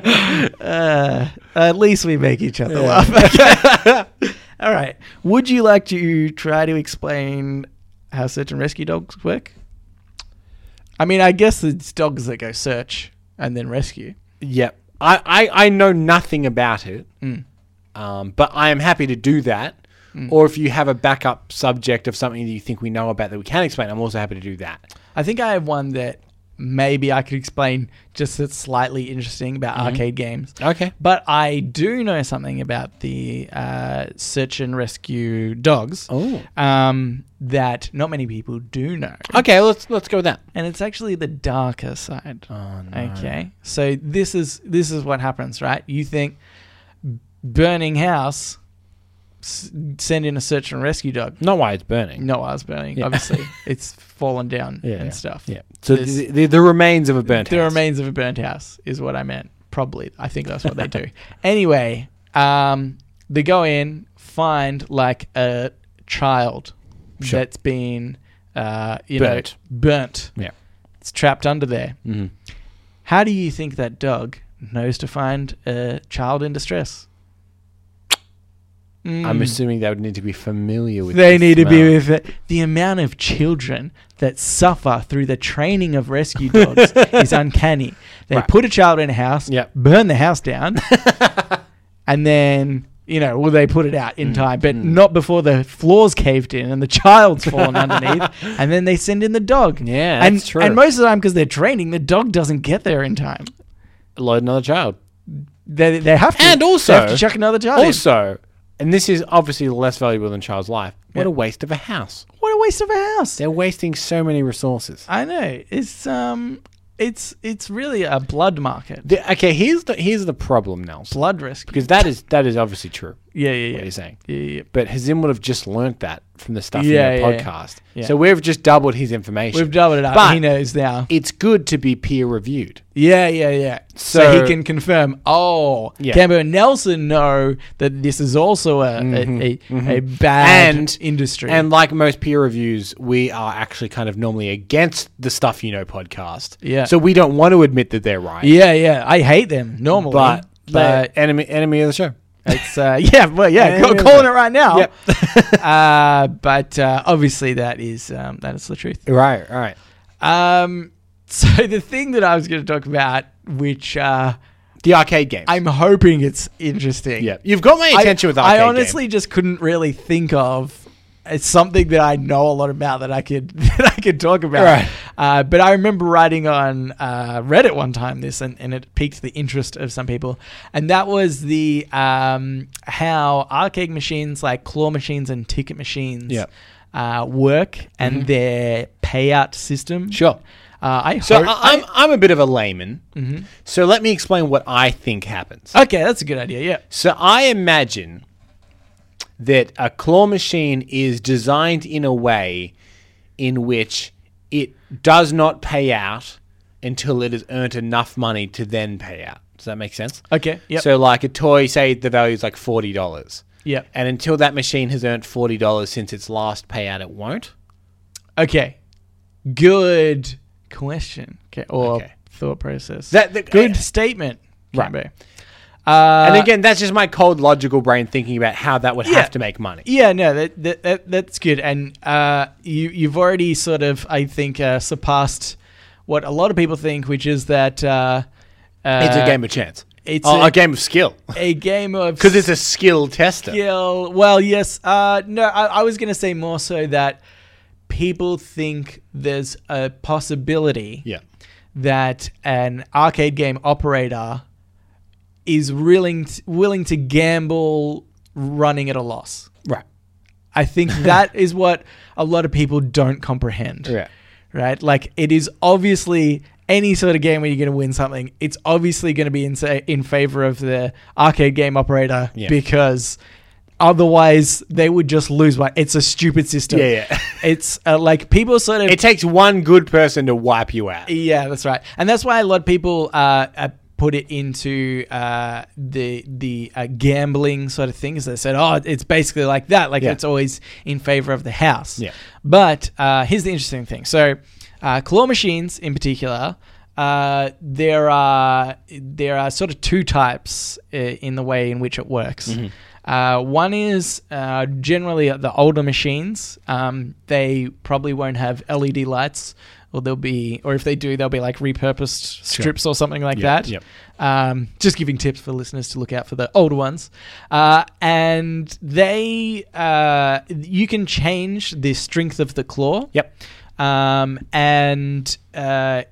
A: Uh, at least we make each other laugh. Okay. All right. Would you like to try to explain how search and rescue dogs work? I mean, I guess it's dogs that go search and then rescue.
B: Yep. I, I, I know nothing about it,
A: Hmm.
B: um, but I am happy to do that. Or if you have a backup subject of something that you think we know about that we can explain, I'm also happy to do that.
A: I think I have one that maybe I could explain just that's slightly interesting about arcade games.
B: Okay.
A: But I do know something about the uh, search and rescue dogs
B: Oh.
A: um, that not many people do know.
B: Okay, let's let's go with that. Oh,
A: And it's actually the darker side. Okay. So this is this is what happens, right? You think burning house, s- send in a search and rescue dog.
B: Not why it's burning.
A: No, I was burning.
B: Yeah.
A: Obviously, it's fallen down and stuff.
B: Yeah. So
A: This-
B: the, the, the remains of a burnt
A: the
B: house.
A: remains of a burnt house is what I meant. Probably, I think that's what they do. anyway, um, they go in, find like a child
B: Sure.
A: that's been, uh, you
B: Burnt.
A: know, burnt.
B: Yeah.
A: It's trapped under there.
B: Mhm.
A: How do you think that dog knows to find a child in distress?
B: I'm assuming they would need to be familiar with.
A: Mm. They
B: this
A: need to be
B: smell.
A: with it. The amount of children that suffer through the training of rescue dogs is uncanny. They
B: Right.
A: put a child in a house,
B: Yep.
A: burn the house down, and then, you know, well, they put it out
B: Mm.
A: in time, but not before the floor's caved in and the child's fallen underneath, and then they send in the dog.
B: Yeah,
A: and,
B: that's true.
A: And most of the time, because they're training, the dog doesn't get there in time.
B: load another child.
A: They, they have to.
B: And also-
A: they have to chuck another child. in.
B: Also, and this is obviously less valuable than child's life. What a waste of a house.
A: what a waste of a house.
B: They're wasting so many resources.
A: I know. It's um it's it's really a blood market.
B: The- okay, here's the here's the problem, Nelson.
A: Blood risk.
B: Because that is that is obviously true.
A: Yeah, yeah,
B: What
A: yeah.
B: you're saying.
A: Yeah, yeah.
B: But Hazim would have just learnt that from the stuff
A: Yeah,
B: in
A: yeah,
B: the
A: yeah.
B: podcast.
A: Yeah.
B: So we've just doubled his information.
A: We've doubled it up.
B: But
A: he knows now.
B: It's good to be peer reviewed.
A: Yeah, yeah, yeah. So,
B: So-
A: he can confirm. Oh,
B: Yeah.
A: Gambo and Nelson know that this is also a a, a, a bad
B: Mm-hmm, And-
A: industry.
B: And like most peer reviews, we are actually kind of normally against the stuff you know podcast.
A: Yeah.
B: So we don't want to admit that they're right.
A: yeah, yeah. I hate them normally,
B: But, but
A: but
B: enemy enemy of the show.
A: it's uh, yeah, well, yeah.
B: Yeah,
A: Call
B: yeah,
A: calling
B: yeah.
A: it right now.
B: Yep.
A: uh, but uh, obviously that is um, that is the truth.
B: Right, right.
A: Um, so the thing that I was going to talk about, which uh,
B: The arcade game.
A: I'm hoping it's interesting.
B: yeah. You've got my
A: I,
B: attention with
A: I
B: arcade
A: honestly just couldn't really think of it's something that I know a lot about that I could that I could talk about.
B: Right.
A: Uh, but I remember writing on uh, Reddit one time this, and, and it piqued the interest of some people, and that was the um, how arcade machines like claw machines and ticket machines.
B: Yeah. Mm-hmm.
A: Uh, work and their payout system.
B: Sure.
A: Uh, I Mm-hmm.
B: So
A: hope-
B: I, I'm I'm a bit of a layman. So let me explain what I think happens.
A: Okay, that's a good idea. Yeah.
B: So I imagine that a claw machine is designed in a way in which it does not pay out until it has earned enough money to then pay out. Does that make sense?
A: Okay. Yep.
B: So like a toy, say the value is like forty dollars.
A: Yep.
B: And until that machine has earned forty dollars since its last payout, it won't.
A: Okay. Good question. Okay. Or
B: Okay.
A: thought process.
B: That- that-
A: good
B: I-
A: statement.
B: Right.
A: Cambo. Uh,
B: and again, that's just my cold logical brain thinking about how that would
A: Yeah.
B: have to make money.
A: yeah, no, that, that, that that's good. And uh, you you've already sort of, I think, uh, surpassed what a lot of people think, which is that uh, uh,
B: It's a game of chance.
A: it's
B: Oh,
A: a-
B: a, game of skill
A: a game of
B: because it's a skill tester.
A: skill. Well, yes. Uh, no, I, I was going to say more so that people think there's a possibility.
B: Yeah.
A: that an arcade game operator is willing t- willing to gamble running at a loss.
B: Right.
A: I think that is what a lot of people don't comprehend.
B: Yeah.
A: Right? Like it is obviously any sort of game where you're going to win something, it's obviously going to be in say, in favor of the arcade game operator
B: Yeah.
A: because otherwise they would just lose one. It's a stupid system.
B: Yeah, yeah.
A: it's uh, like people sort of
B: It takes one good person to wipe you out.
A: yeah, that's right, and that's why a lot of people uh, uh, put it into uh, the the uh, gambling sort of thing. Is they said, oh, it's basically like that. Like
B: Yeah.
A: it's always in favor of the house.
B: Yeah.
A: But uh, here's the interesting thing. So, uh, claw machines in particular. Uh, there are there are sort of two types uh, in the way in which it works.
B: Mm-hmm.
A: Uh, one is uh, generally at the older machines, um, they probably won't have LED lights, or they'll be, or if they do, they'll be like repurposed strips or something like
B: Yeah,
A: that.
B: yep.
A: Um, just giving tips for listeners to look out for the older ones. Uh, and they, uh, you can change the strength of the claw.
B: Yep.
A: Um, and uh,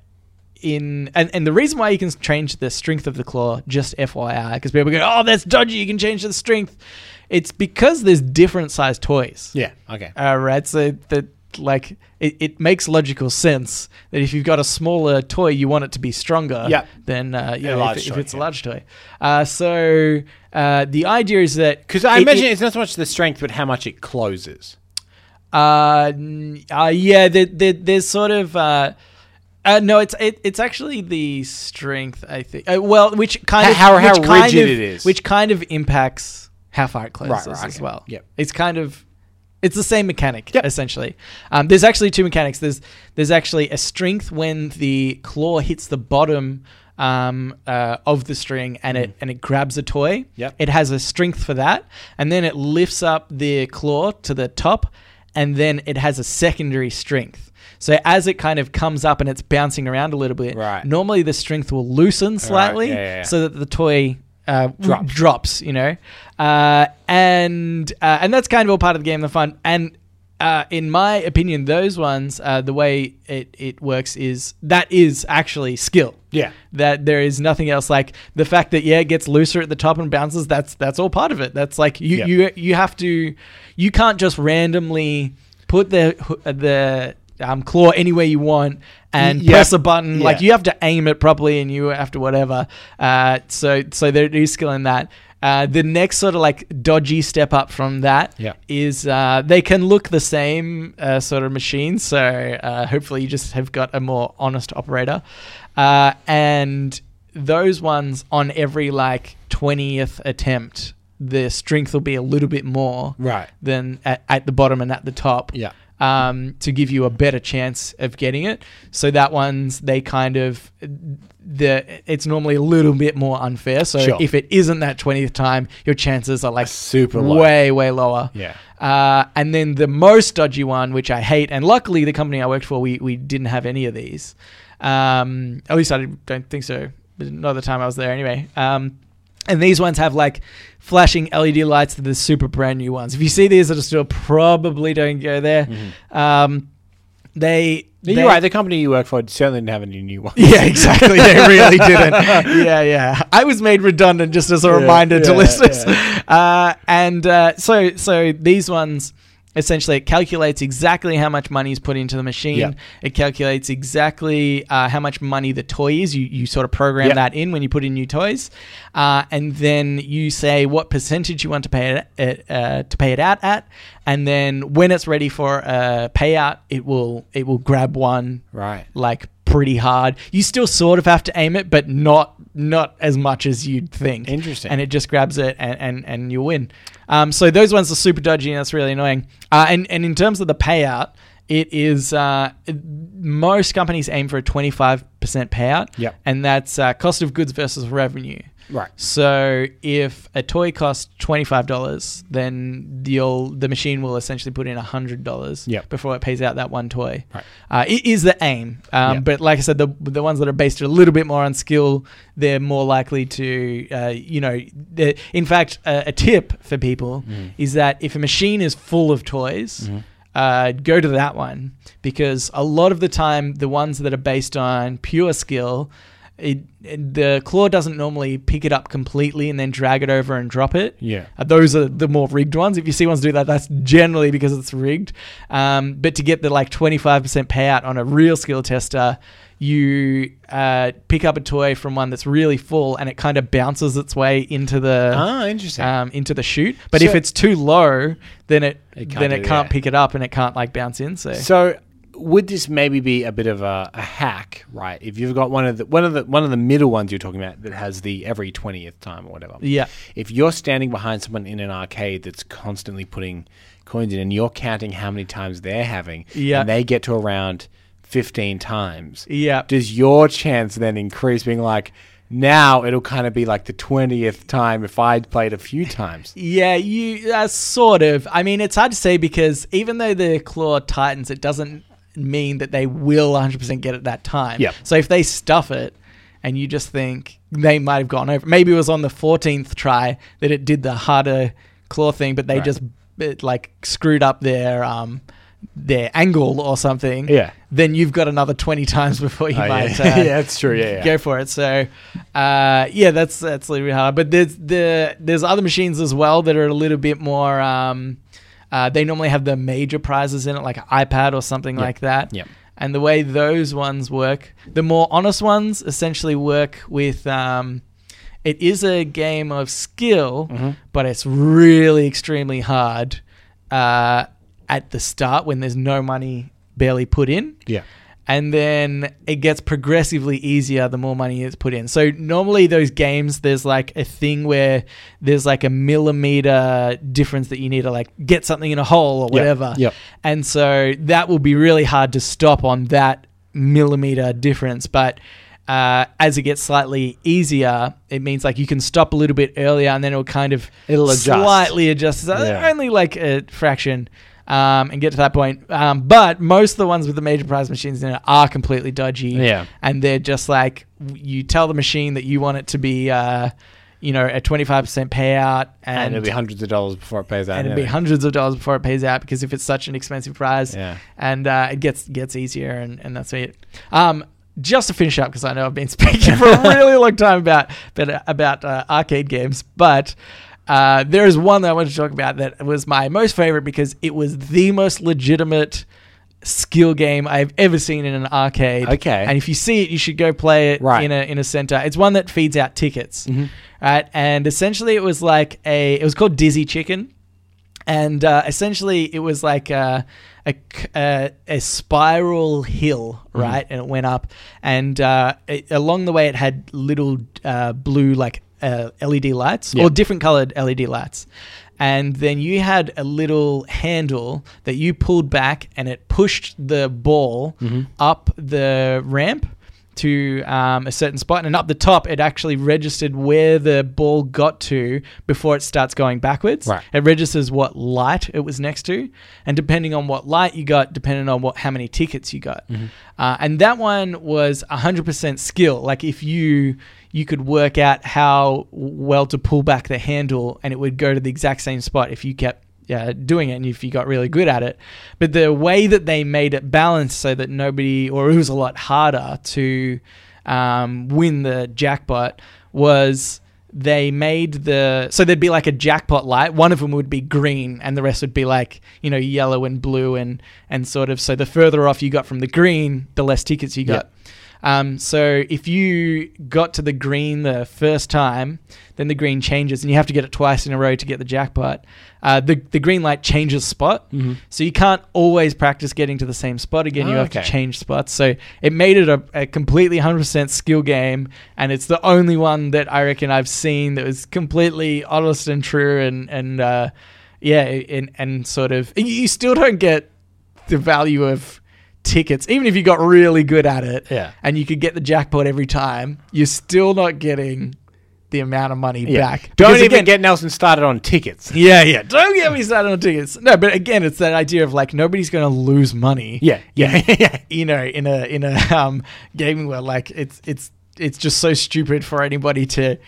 A: in and, and the reason why you can change the strength of the claw, just FYI, because people go, "Oh, that's dodgy." You can change the strength. It's because there's different sized toys.
B: Yeah. Uh, Okay.
A: All uh, right. So that like it, it makes logical sense that if you've got a smaller toy, you want it to be stronger
B: Yeah.
A: than uh, you
B: A
A: know,
B: large
A: if, if
B: toy,
A: it's a
B: yeah.
A: large toy. Uh, so uh, the idea is that
B: Because I
A: it-
B: imagine
A: it-
B: it's not so much the strength, but how much it closes.
A: Uh, n- uh yeah, there, there, there's sort of uh, uh, no, it's it, it's actually the strength, I think. Uh, well, which kind
B: How-
A: of
B: how- how
A: which kind
B: rigid
A: of-
B: it is.
A: which kind of impacts how far it closes
B: right,
A: as
B: okay.
A: well.
B: Yep.
A: it's kind of it's the same mechanic essentially. Um, there's actually two mechanics. There's there's actually a strength when the claw hits the bottom um, uh, of the string and it and it grabs a toy.
B: Mm. Yep.
A: It has a strength for that, and then it lifts up the claw to the top, and then it has a secondary strength. So as it kind of comes up and it's bouncing around a little bit,
B: Right.
A: normally the strength will loosen slightly
B: yeah, yeah, yeah.
A: so that the toy uh,
B: Drops.
A: drops. you know, uh, and uh, and that's kind of all part of the game, the fun. And uh, in my opinion, those ones, uh, the way it it works is that is actually skill.
B: Yeah.
A: that there is nothing else. Like the fact that yeah, it gets looser at the top and bounces. That's that's all part of it. That's like you
B: Yeah.
A: you you have to, you can't just randomly put the the um, claw anywhere you want and
B: Yeah.
A: press a button. Like
B: Yeah.
A: you have to aim it properly, and you have to whatever. Uh, so so there is skill in that. Uh, the next sort of like dodgy step up from that is
B: Yeah.
A: uh, they can look the same uh, sort of machine. So uh, hopefully you just have got a more honest operator. Uh, and those ones on every like 20th attempt, the strength will be a little bit more
B: Right.
A: than at, at the bottom and at the top
B: Yeah.
A: um, to give you a better chance of getting it. So that one's they kind of the it's normally a little bit more unfair. So
B: Sure.
A: if it isn't that twentieth time, your chances are like
B: Super low.
A: way way lower.
B: Yeah.
A: Uh, and then the most dodgy one, which I hate, and luckily the company I worked for, we we didn't have any of these. Um, at least I don't think so. Not the time I was there, anyway. Um, and these ones have like flashing LED lights that are super brand new ones. If you see these that are still, probably don't go there. Um, they,
B: You're
A: they-
B: right. The company you work for certainly didn't have any new ones.
A: yeah, exactly. They really didn't. Yeah, yeah. I was made redundant just as a reminder to
B: yeah,
A: listeners. Uh, and uh, so, so these ones essentially it calculates exactly how much money is put into the machine.
B: Yeah.
A: It calculates exactly uh, how much money the toy is. You you sort of program
B: Yeah.
A: that in when you put in new toys, uh, and then you say what percentage you want to pay it, it uh, to pay it out at, and then when it's ready for a payout, it will it will grab one
B: Right.
A: like pretty hard. You still sort of have to aim it, but not not as much as you'd think.
B: Interesting.
A: And it just grabs it and and, and you win. Um, so those ones are super dodgy and that's really annoying. Uh, and and in terms of the payout, it is uh, it- most companies aim for a twenty five percent payout.
B: Yep.
A: And that's uh, cost of goods versus revenue.
B: Right.
A: So if a toy costs twenty five dollars, then you'll the machine will essentially put in hundred dollars
B: Yep.
A: before it pays out that one toy.
B: Right.
A: Uh, it is the aim, um,
B: Yeah.
A: but like I said, the the ones that are based a little bit more on skill, they're more likely to, uh, you know, they're- in fact, uh, a tip for people
B: Mm.
A: is that if a machine is full of toys.
B: Mm-hmm.
A: Uh, go to that one because a lot of the time the ones that are based on pure skill it, it- the claw doesn't normally pick it up completely and then drag it over and drop it.
B: Yeah.
A: Uh, those are the more rigged ones. If you see ones do that, that's generally because it's rigged. Um, but to get the like 25% payout on a real skill tester, you uh, pick up a toy from one that's really full and it kind of bounces its way into the
B: Ah, interesting.
A: um, into the chute. But
B: So-
A: if it's too low, then it,
B: It can't
A: then
B: do
A: it
B: that.
A: can't pick it up and it can't like bounce in. So,
B: So would this maybe be a bit of a, a hack, right? If you've got one of the one of the one of the middle ones you're talking about that has the every twentieth time or whatever.
A: Yeah.
B: If you're standing behind someone in an arcade that's constantly putting coins in and you're counting how many times they're having,
A: Yeah.
B: and they get to around fifteen times.
A: Yeah.
B: Does your chance then increase being like now it'll kind of be like the twentieth time if I'd played a few times.
A: Yeah, you uh, sort of. I mean, it's hard to say because even though the claw tightens, it doesn't mean that they will 100% get it that time.
B: Yep.
A: So if they stuff it and you just think they might have gone over, maybe it was on the 14th try that it did the harder claw thing, but they
B: Right.
A: just it, like screwed up their um their angle or something.
B: Yeah.
A: Then you've got another 20 times before you
B: Oh,
A: might
B: yeah.
A: uh,
B: yeah, that's true. Yeah, yeah.
A: go for it. So, uh, yeah, that's that's a little bit hard. But there's the there's other machines as well that are a little bit more. Um, uh, they normally have the major prizes in it, like an iPad or something like that.
B: Yep.
A: And the way those ones work, the more honest ones essentially work with. Um, it is a game of skill,
B: Mm-hmm.
A: but it's really extremely hard uh, at the start when there's no money barely put in
B: yeah.
A: and then it gets progressively easier the more money is put in. So normally those games, there's like a thing where there's like a millimeter difference that you need to like get something in a hole or whatever.
B: yep.
A: And so that will be really hard to stop on that millimeter difference, but. uh, as it gets slightly easier, it means like you can stop a little bit earlier, and then it'll kind of
B: It'll adjust.
A: slightly adjust, So
B: Yeah.
A: only like a fraction, um, and get to that point. Um, but most of the ones with the major prize machines in it are completely dodgy,
B: Yeah.
A: and they're just like w- you tell the machine that you want it to be, uh, you know, a twenty five percent payout,
B: and,
A: and,
B: it'll be hundreds of dollars before it pays out.
A: and it'd be
B: yeah.
A: hundreds of dollars before it pays out because if it's such an expensive prize,
B: Yeah.
A: and uh, it gets gets easier, and, and that's it. Um, just to finish up, because I know I've been speaking for a really long time about but, about uh, arcade games, but uh, there is one that I wanted to talk about that was my most favorite because it was the most legitimate skill game I've ever seen in an arcade.
B: Okay.
A: and if you see it, you should go play it
B: Right.
A: in
B: Mm-hmm.
A: a in a center. It's one that feeds out tickets, right? And essentially, it was like a it was called Dizzy Chicken and uh, essentially it was like a, a, c- a- a spiral hill
B: Mm-hmm.
A: right and it went up and uh, it, along the way it had little uh, blue like uh, led lights
B: Yeah.
A: or different colored led lights and then you had a little handle that you pulled back and it pushed the ball
B: Mm-hmm.
A: up the ramp to um, a certain spot and up the top it actually registered where the ball got to before it starts going backwards
B: Right.
A: it registers what light it was next to, and depending on what light you got, depending on what how many tickets you got. Uh, and that one was 100% skill. Like if you you could work out how well to pull back the handle, and it would go to the exact same spot if you kept. Yeah, doing it, and if you got really good at it, but the way that they made it balanced so that nobody, or it was a lot harder to um, win the jackpot, was they made the so there'd be like a jackpot light one of them would be green and the rest would be like you know yellow and blue and and sort of so the further off you got from the green the less tickets you got um, so if you got to the green the first time then the green changes and you have to get it twice in a row to get the jackpot uh, the, the green light changes spot so you can't always practice getting to the same spot again you
B: Oh,
A: have to
B: okay.
A: change change spots. So it made it a, a completely 100% skill game. And it's the only one that I reckon I've seen that was completely honest and true. And, and uh, yeah, and, and sort of, you- you still don't get the value of tickets, even if you got really good at it
B: Yeah.
A: and you could get the jackpot every time, you're still not getting the amount of money
B: Yeah.
A: back.
B: Don't
A: Because
B: even
A: again-
B: get Nelson started on tickets.
A: yeah, yeah. Don't get me started on tickets. No, but again, it's that idea of like nobody's going to lose money
B: Yeah, yeah, yeah.
A: you know, in a in a um, gaming world, like it's it's it's just so stupid for anybody to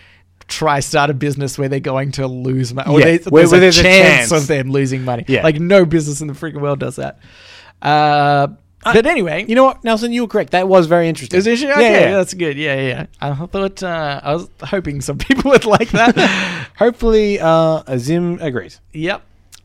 A: try start a business where they're going to lose money, or
B: Yeah,
A: they-
B: where-
A: there's,
B: where
A: a,
B: there's a
A: chance
B: chance.
A: of them losing money.
B: Yeah.
A: like no business in the freaking world does that. Uh, but anyway,
B: You know what, Nelson? You were correct. That was very interesting.
A: is it? Okay,
B: Yeah, yeah.
A: that's good. Yeah, yeah, yeah. I thought uh, I was hoping some people would like that.
B: Hopefully, uh, Azim agrees.
A: Yep.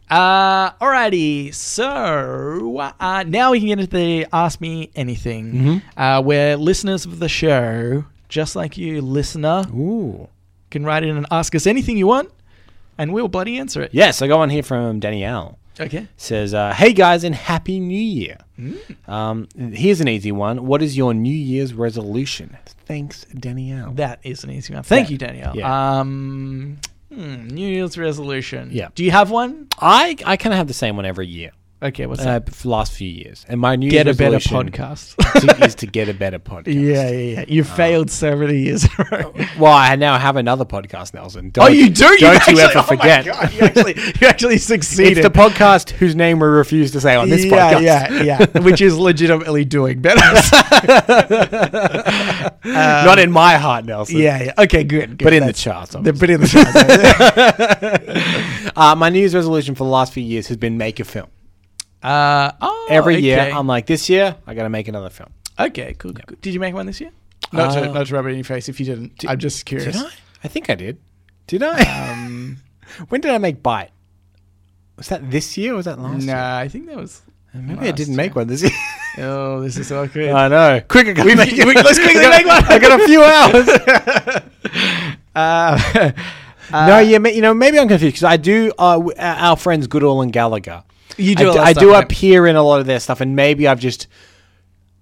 A: Uh, alrighty. So uh, now we can get into the Ask Me Anything,
B: Mm-hmm.
A: uh, where listeners of the show, just like you, listener,
B: Ooh.
A: can write in and ask us anything you want, and we'll bloody answer it.
B: Yes, I got one here from Danielle.
A: Okay.
B: Says, uh, "Hey guys, and happy New Year.
A: Mm.
B: Um, here's an easy one. What is your New Year's resolution? Thanks, Danielle.
A: That is an easy one. Thank
B: Yeah.
A: you, Danielle.
B: Yeah.
A: Um, hmm, New Year's resolution.
B: Yeah.
A: Do you have one?
B: I I kind of have the same one every year.
A: Okay. What's
B: Uh,
A: that?
B: for the last few years, and my New
A: Get a
B: Year's
A: better
B: resolution
A: podcast.
B: to- Uh, is to get a better podcast.
A: yeah, yeah, yeah. You failed so many years in a row.
B: Well, I now have another podcast, Nelson. Don't,
A: Oh, you do.
B: Don't
A: you,
B: you,
A: actually,
B: ever
A: oh my
B: forget?
A: God, you actually, you actually succeeded.
B: It's the podcast whose name we refuse to say on this
A: yeah,
B: podcast.
A: yeah, yeah. Which is legitimately doing better.
B: Not in my heart, Nelson.
A: um, yeah, yeah. Okay, good. good.
B: But in the
A: That's-
B: charts,
A: The,
B: obviously.
A: but in the charts.
B: Uh, my New Year's resolution for the last few years has been make a film.
A: uh, oh,
B: Every year,
A: okay.
B: I'm like, this year, I got to make another film.
A: okay, cool, cool. Did you make one this year? Not, to,
B: Uh,
A: not to rub it in your face if you didn't. I'm just curious.
B: Did I? I think I did. Did I?
A: Um,
B: when did I make Bite? Was that this year or was that last year?
A: Nah, I think that was.
B: Maybe I
A: last
B: didn't make one this year.
A: Oh, this is awkward.
B: I know. Quicker, we,
A: we- let's quickly make one.
B: I got a few hours.
A: Uh,
B: no, yeah, ma- you know, maybe I'm confused because I do. Uh, w- uh, our friends Goodall and Gallagher.
A: you
B: I
A: do. a lot
B: do, I
A: of
B: do
A: stuff,
B: appear in a lot of their stuff, and maybe I've just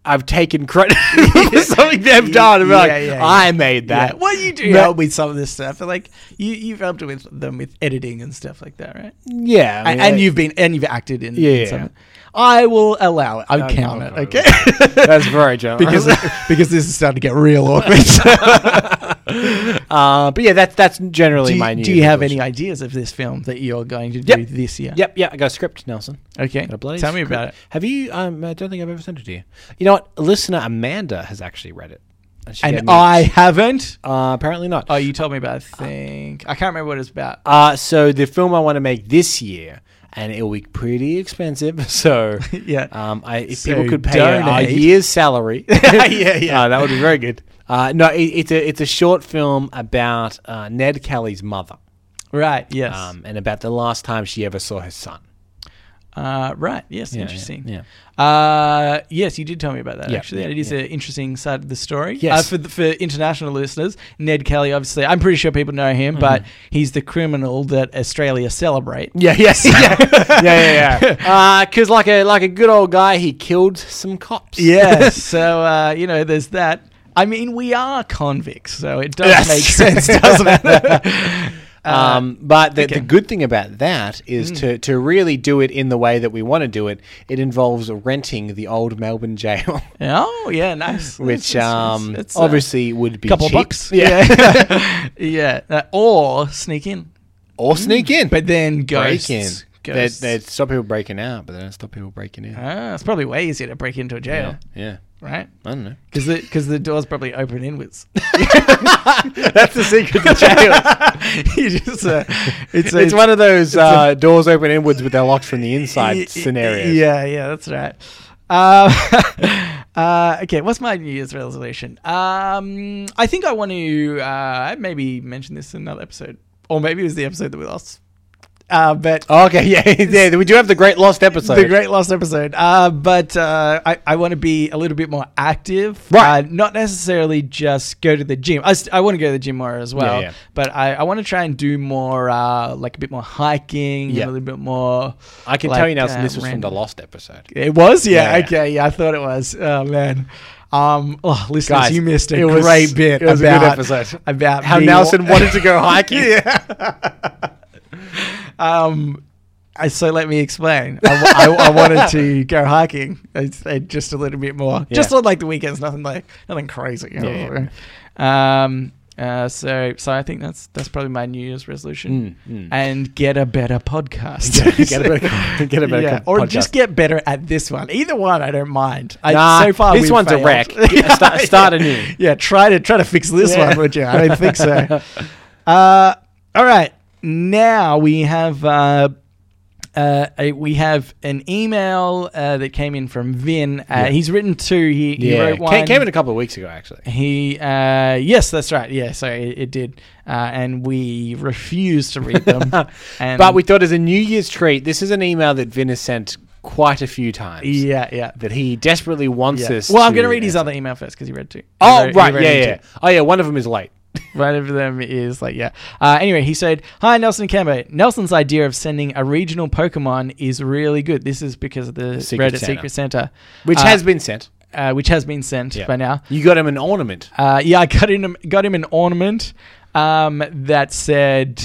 B: I've taken credit for something they've done. and be
A: Yeah,
B: like,
A: yeah, yeah.
B: I made
A: Yeah.
B: that.
A: Well, you do
B: Ma-
A: help with some of this stuff. Like you, you've helped with them with editing and stuff like that, right?
B: Yeah, I
A: and,
B: mean,
A: and
B: like-
A: you've been and you've acted in.
B: Yeah.
A: in some- I will allow it. I will count
B: no,
A: it.
B: no,
A: Okay.
B: That's very generous.
A: because because this is starting to get real awkward.
B: uh, but yeah, that's that's generally
A: do,
B: my
A: you,
B: news.
A: do you have any
B: unfortunately.
A: ideas of this film that you're going to do
B: Yep.
A: this year?
B: Yep, yeah, I got a script, Nelson.
A: Okay.
B: Got a bloody
A: Tell me
B: script.
A: about it.
B: Have you? Um, I don't think I've ever sent it to you. You know what? Listener Amanda has actually read it, and, she gave
A: And
B: me-
A: I haven't.
B: uh, apparently not.
A: Oh, you told me about. I think I can't remember what it's about.
B: Uh, so the film I want to make this year, and it will be pretty expensive. So
A: Yeah.
B: um, I, if
A: So
B: people could pay a- a
A: donate.
B: year's salary,
A: Yeah, yeah.
B: uh, that would be very good. Uh, no, it, it's a it's a short film about uh, Ned Kelly's mother,
A: Right. Yes.
B: um, and about the last time she ever saw her son.
A: uh, right. Yes.
B: Yeah,
A: interesting.
B: yeah,
A: Uh, yes, you did tell me about that
B: Yeah,
A: actually,
B: yeah,
A: and it is an interesting side of the story.
B: Yes.
A: Uh, for the, for international listeners, Ned Kelly, obviously, I'm pretty sure people know
B: Mm-hmm.
A: him, but he's the criminal that Australia celebrate.
B: Yeah, yes, yeah, yeah, yeah. yeah. Because like a like a good old guy, he killed some cops.
A: Yeah. so uh, you know, there's that. I mean, we are convicts, so it does
B: That's
A: make
B: true.
A: sense, doesn't it? Uh,
B: Um, but the, the good thing about that is
A: Hmm.
B: to, to really do it in the way that we want to do it, it involves renting the old Melbourne jail,
A: oh, yeah, nice.
B: which
A: It's- it's-
B: um,
A: it's, uh,
B: obviously would be
A: couple
B: cheap.
A: bucks.
B: Yeah.
A: Yeah. yeah. Uh, or sneak in.
B: or sneak in.
A: But then ghosts.
B: break in. They'd,
A: Ghosts.
B: they'd stop people breaking out, but they don't stop people breaking in.
A: Ah, it's probably way easier to break into a jail,
B: Yeah. yeah.
A: right?
B: I don't know.
A: Because the, 'cause the doors probably open inwards.
B: That's the secret to jail.
A: you just, uh, it's,
B: it's one of those uh, doors open inwards, but they're locked from the inside scenarios.
A: Yeah, yeah, that's right. Um, uh, okay, what's my New Year's resolution? Um, I think I want to uh, maybe mention this in another episode, or maybe it was the episode that we lost. Uh, but
B: Okay, yeah, yeah. We do have the great lost episode.
A: The great lost episode. Uh, but uh, I, I want to be a little bit more active.
B: Right.
A: Uh, not necessarily just go to the gym. I, s- I want to go to the gym more as well.
B: yeah.
A: But I, I want to try and do more, uh, like a bit more hiking, and
B: Yeah.
A: a little bit more.
B: I can tell
A: like,
B: you, Nelson,
A: uh,
B: this was from the
A: random-
B: lost episode.
A: It was? Yeah,
B: Yeah, yeah.
A: Okay. Yeah, I thought it was. Oh, man. Um, oh, listeners,
B: Guys,
A: you missed a
B: it was-
A: great bit
B: it was a good
A: about,
B: episode.
A: about
B: How
A: being-
B: Nelson wanted to go hiking.
A: Um, I, so let me explain. I, wa- I- I wanted to go hiking, it's, uh, just a little bit more, just
B: Yeah.
A: on like the weekends. Nothing like nothing crazy.
B: Yeah,
A: Um. Uh, so, so I think that's that's probably my New Year's resolution,
B: Mm, mm.
A: and get a better podcast.
B: Yeah, get a better- get a better co-
A: or
B: podcast.
A: just get better at this one. Either one, I don't mind.
B: Nah,
A: I, so far,
B: this
A: we've
B: one's a
A: failed.
B: wreck. Get- start- start anew.
A: Yeah, try to try to fix this
B: Yeah.
A: one, would you? I don't think so. Uh, all right. Now we have uh, uh, a, we have an email uh, that came in from Vin. Uh, He's written two. He, he
B: Yeah,
A: wrote one.
B: came, came in a couple of weeks ago actually.
A: he uh, yes, that's right. Yeah, so it, it did, uh, and we refused to read them. and
B: But we thought as a New Year's treat, this is an email that Vin has sent quite a few times.
A: yeah yeah.
B: That he desperately wants
A: yeah.
B: us.
A: Well, I'm
B: to
A: going to read his
B: answer.
A: other email first because he read two. He
B: Oh
A: wrote- he
B: right,
A: wrote
B: yeah,
A: in two.
B: yeah. Oh yeah, one of them is late.
A: Right over them is like, yeah. Uh, anyway, he said, Hi, Nelson Cambo. Nelson's idea of sending a regional Pokemon is really good. This is because of the
B: Secret
A: Reddit
B: Santa.
A: Secret Center,
B: Which
A: uh,
B: has been sent
A: uh, which has been sent by now.
B: You got him an ornament.
A: Uh, yeah, I got him, got him an ornament um, that said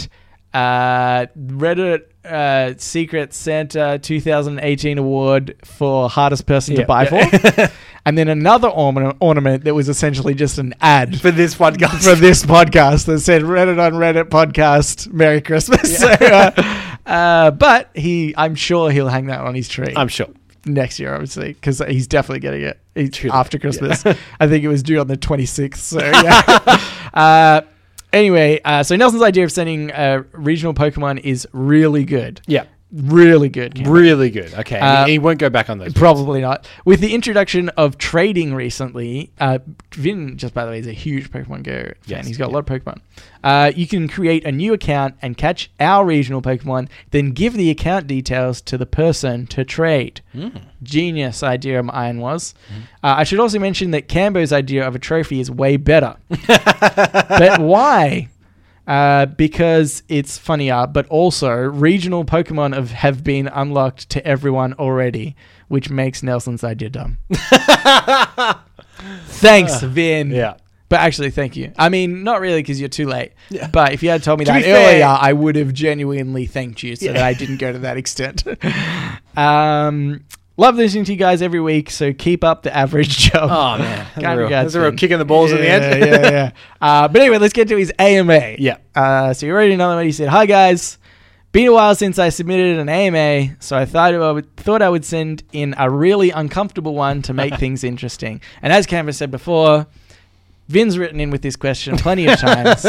A: uh, Reddit uh, Secret Santa 2018 award for hardest person to
B: Yeah.
A: buy for. and then another ornament, ornament that was essentially just an ad
B: For this podcast.
A: for this podcast that said Reddit on Reddit podcast Merry Christmas. So, uh, uh, but he, I'm sure he'll hang that on his tree
B: I'm sure.
A: next year, obviously, because he's definitely getting it It's
B: Truly,
A: after Christmas. I think it was due on the 26th. So yeah. uh, anyway, uh, so Nelson's idea of sending uh, regional Pokemon is really good.
B: Yeah.
A: Really good. Cam.
B: Really good. Okay. he-
A: Uh,
B: he, won't go back on those.
A: Probably not. With the introduction of trading recently, uh, Vin, just by the way, is a huge Pokemon Go fan.
B: Yes,
A: He's got a lot of Pokemon. Uh, you can create a new account and catch our regional Pokemon, then give the account details to the person to trade. Genius idea mine was. Uh, I should also mention that Cambo's idea of a trophy is way better. but why? Uh, because it's funnier, but also regional Pokemon have, have been unlocked to everyone already, which makes Nelson's idea dumb. Thanks, Vin.
B: Uh, Yeah.
A: But actually, thank you. I mean, not really because you're too late.
B: Yeah.
A: But if you had told me that
B: be fair-
A: earlier, I would have genuinely thanked you so that I didn't go to that extent. um, Love listening to you guys every week, so keep up the average job.
B: Oh man, that's
A: Kind
B: a
A: of
B: real,
A: guy
B: that's a real
A: thing.
B: kick in the balls in the end.
A: Yeah, yeah, yeah. Uh, but anyway, let's get to his AMA.
B: Yeah.
A: Uh, so you already know what he said. Hi guys, been a while since I submitted an AMA, so I thought I would, thought I would send in a really uncomfortable one to make things interesting. And as Canvas said before, Vin's written in with this question plenty of times,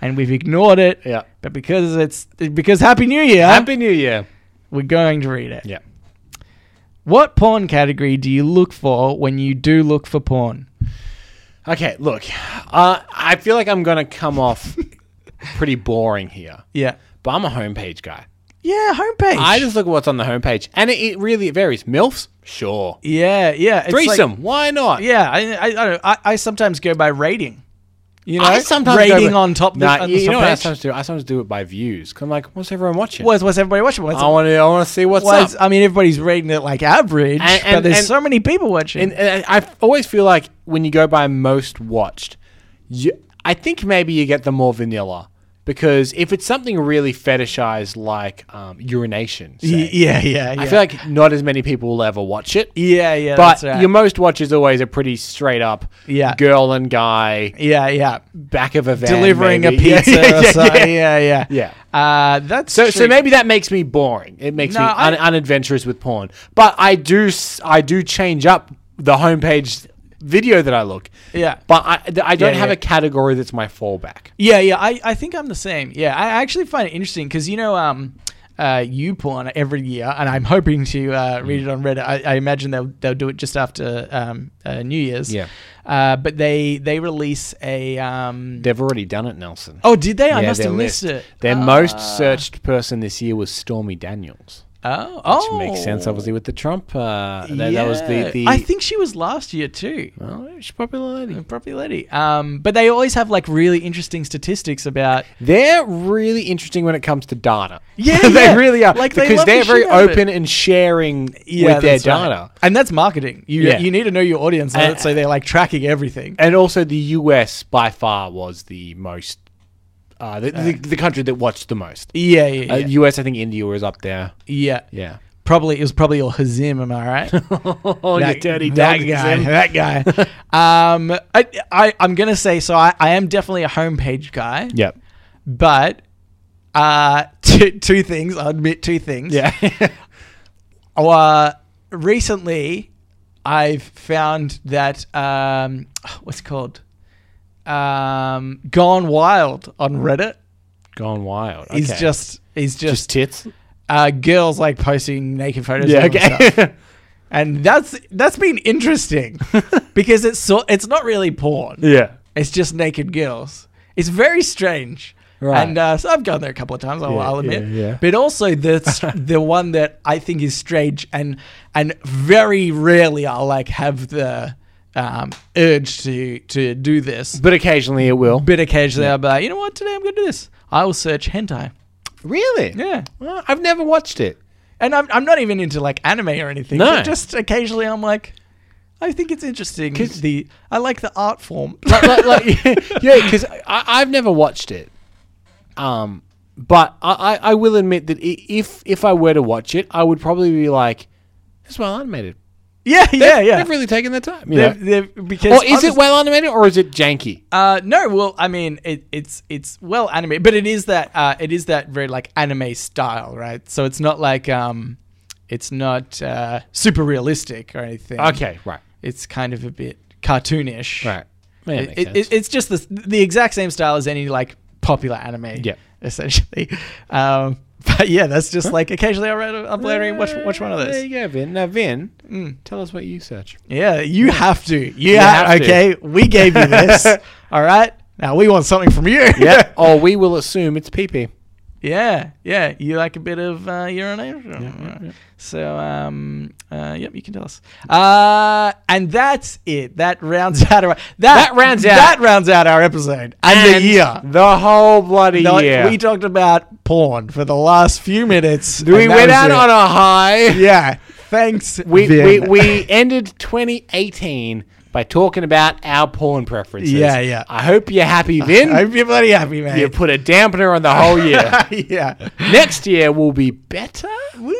A: and we've ignored it.
B: Yeah.
A: But because it's because Happy New Year,
B: Happy New Year.
A: we're going to read it.
B: Yeah.
A: What porn category do you look for when you do look for porn?
B: Okay, look, uh, I feel like I'm gonna come off pretty boring here,
A: Yeah.
B: but I'm a homepage guy.
A: Yeah, homepage.
B: I just look at what's on the homepage, and it, it really varies. Milfs, sure.
A: Yeah, yeah. It's like-
B: Threesome, why not?
A: yeah, I, I, I, don't know. I, I sometimes go by rating. You know,
B: I sometimes
A: rating
B: go-
A: on top.
B: Nah,
A: the, on
B: you,
A: the
B: you know
A: top
B: what I
A: page.
B: sometimes do? I sometimes do it by views. 'Cause I'm like, what's everyone watching?
A: What's, what's everybody watching? What's,
B: I want to. I want to see Oh, what's, up.
A: what's- I mean, everybody's rating it like average,
B: And-
A: but
B: and-
A: there's
B: and-
A: so many people watching.
B: And, and I I always feel like when you go by most watched, you, I think maybe you get the more vanilla because if it's something really fetishized like um, urination, say,
A: Y- yeah, yeah, yeah.
B: I feel like not as many people will ever watch it.
A: yeah, yeah.
B: But
A: that's right.
B: your most watch is always a pretty straight up
A: Yeah.
B: girl and guy
A: yeah, yeah.
B: back of a van
A: Delivering
B: maybe.
A: a pizza
B: Yeah, yeah,
A: or
B: yeah,
A: something.
B: yeah.
A: Yeah, yeah.
B: Yeah.
A: Uh, that's
B: So, so
A: true.
B: maybe that makes me boring. It makes
A: No,
B: me
A: I-
B: un- unadventurous with porn. But I do s- I do change up the homepage video that I look.
A: Yeah.
B: But I, th- I don't
A: Yeah,
B: have
A: yeah.
B: a category that's my fallback.
A: Yeah, yeah. I, I think I'm the same. Yeah, I actually find it interesting because you know, um, uh, YouPorn every year, and I'm hoping to uh,
B: Mm.
A: read it on Reddit. I, I imagine they'll they'll do it just after um, uh, New Year's.
B: Yeah.
A: Uh, but they they release a um.
B: They've already done it, Nelson.
A: Oh, did they? I
B: Yeah,
A: must
B: their
A: have missed
B: list.
A: it. Oh. Ah.
B: Their most searched person this year was Stormy Daniels.
A: Oh, oh.
B: Which makes sense, obviously, with the Trump. Uh, that, that was
A: Yeah.
B: the, the.
A: I think she was last year too.
B: Well, she's probably a lady.
A: Probably lady. Um, but they always have like really interesting statistics about.
B: They're really interesting when it comes to data.
A: Yeah,
B: they
A: yeah.
B: really are.
A: Like, they
B: because
A: love the
B: they are very
A: shit out of
B: open and sharing with their
A: that's right.
B: data.
A: and that's marketing. You
B: Yeah. Uh,
A: you need to know your audience,
B: And-
A: so they're like tracking everything.
B: And also, the US by far was the most, uh, the, the, the country that watched the most.
A: Yeah, yeah, yeah.
B: Uh, US, I think India was up there.
A: yeah.
B: Yeah.
A: Probably it was probably your Hazim, am I right?
B: Oh,
A: that, that guy, that guy. um, I, I I'm gonna say so. I, I am definitely a homepage guy,
B: Yep.
A: but uh, two, two things. I'll admit two things.
B: Yeah.
A: Uh, recently, I've found that um, what's it called um, Gone Wild on Reddit
B: Gone wild.
A: is
B: Okay.
A: just is just,
B: just tits.
A: uh, girls like posting naked photos. of themselves. and that's that's been interesting because it's so it's not really porn.
B: yeah.
A: It's just naked girls. It's very strange.
B: Right.
A: And uh, so I've gone there a couple of times. I'll, I'll admit.
B: yeah, yeah.
A: But also the the one that I think is strange and and very rarely I'll like have the um, urge to to do this.
B: But occasionally it will.
A: But occasionally I'll be like, you know what? Today I'm going to do this. I will search hentai.
B: really?
A: Yeah.
B: Well, I've never watched it.
A: And I'm, I'm not even into like anime or anything.
B: No.
A: But just occasionally I'm like, I think it's interesting. The I like the art form.
B: like, like, yeah, because I've never watched it. Um, but I, I, I will admit that i- if if I were to watch it, I would probably be like, "It's well animated."
A: yeah, yeah, yeah.
B: They've really taken their time. you
A: They've-
B: know?
A: they've- because
B: Or is it
A: honest-
B: well animated or is it janky?
A: Uh, no, well, I mean, it, it's it's well animated, but it is that uh, it is that very like anime style, right? So it's not like um, it's not uh, super realistic or anything.
B: Okay, right,
A: it's kind of a bit cartoonish.
B: right. Yeah,
A: It,
B: makes
A: it,
B: sense.
A: it- it's just the the exact same style as any like popular anime.
B: Yep.
A: essentially. Um, but yeah, that's just like occasionally I read a blurry and watch watch one of
B: There
A: those. Mm.
B: you go, Vin. Now, Vin, tell us what you search.
A: Yeah, you have to. You,
B: have
A: ha-
B: to.
A: okay, we gave you this. all right. Now we want something from you.
B: or Oh, we will assume it's pee pee.
A: Yeah, yeah. You like a bit of uh, urination. So, um, uh, yep, you can tell us. Uh, and that's it. That rounds out our that,
B: That rounds out-
A: that rounds out our episode and, the year.
B: The whole bloody
A: Now,
B: year.
A: We talked about porn for the last few minutes.
B: we
A: and that
B: went
A: was
B: out
A: it.
B: on a high.
A: yeah. Thanks.
B: we, we,
A: Vin.
B: we ended 2018 by talking about our porn preferences.
A: Yeah, yeah.
B: I hope you're happy, Vin.
A: I hope you're bloody happy, man.
B: you put a dampener on the whole year.
A: yeah.
B: Next year will be better.
A: Woo.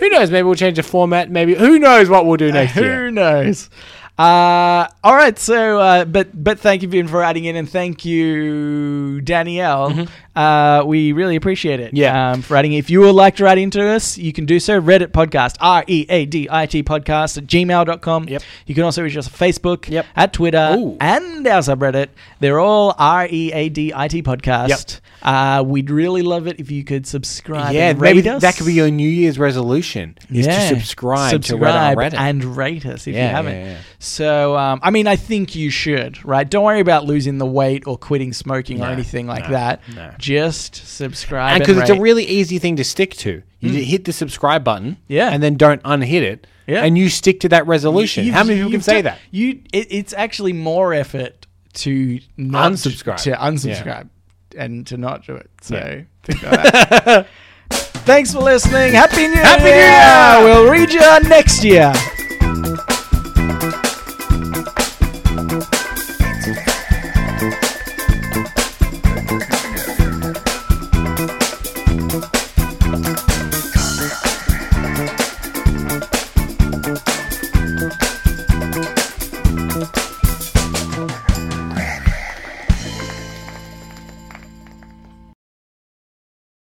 B: Who knows? Maybe we'll change the format. Maybe who knows what we'll do next year?
A: Uh, Who knows? Uh, all right, so uh, but but thank you Vin for adding in, and thank you Danielle. Uh, we really appreciate it.
B: Mm-hmm. Yeah.
A: um, for adding. If you would like to write into us, you can do so. Reddit podcast r e a d i t podcast at gmail.com.
B: Yep.
A: You can also reach us on Facebook.
B: Yep.
A: At Twitter
B: Ooh.
A: and our subreddit. They're all r e a d i t podcast. Uh, we'd really love it if you could subscribe.
B: Yeah,
A: and rate
B: maybe
A: us.
B: that could be your New Year's resolution is to subscribe, to Reddit on Reddit.
A: and rate us if
B: Yeah,
A: you haven't.
B: yeah, yeah.
A: So, um, I mean, I think you should, right? Don't worry about losing the weight or quitting smoking or anything like
B: no,
A: that.
B: no.
A: Just subscribe and
B: and because it's a
A: rate.
B: really easy thing to stick to. You just hit the subscribe button,
A: Mm. Yeah.
B: and then don't unhit it,
A: Yeah.
B: and you stick to that resolution.
A: You've-
B: How many people can
A: you've
B: say
A: done-
B: that?
A: You, it, it's actually more effort to not
B: Unsubscribe.
A: to
B: Yeah.
A: unsubscribe and to not do it. So.
B: Yeah.
A: think about that. Thanks for listening. Happy New
B: Happy New
A: Year!
B: Year!
A: We'll read you next year.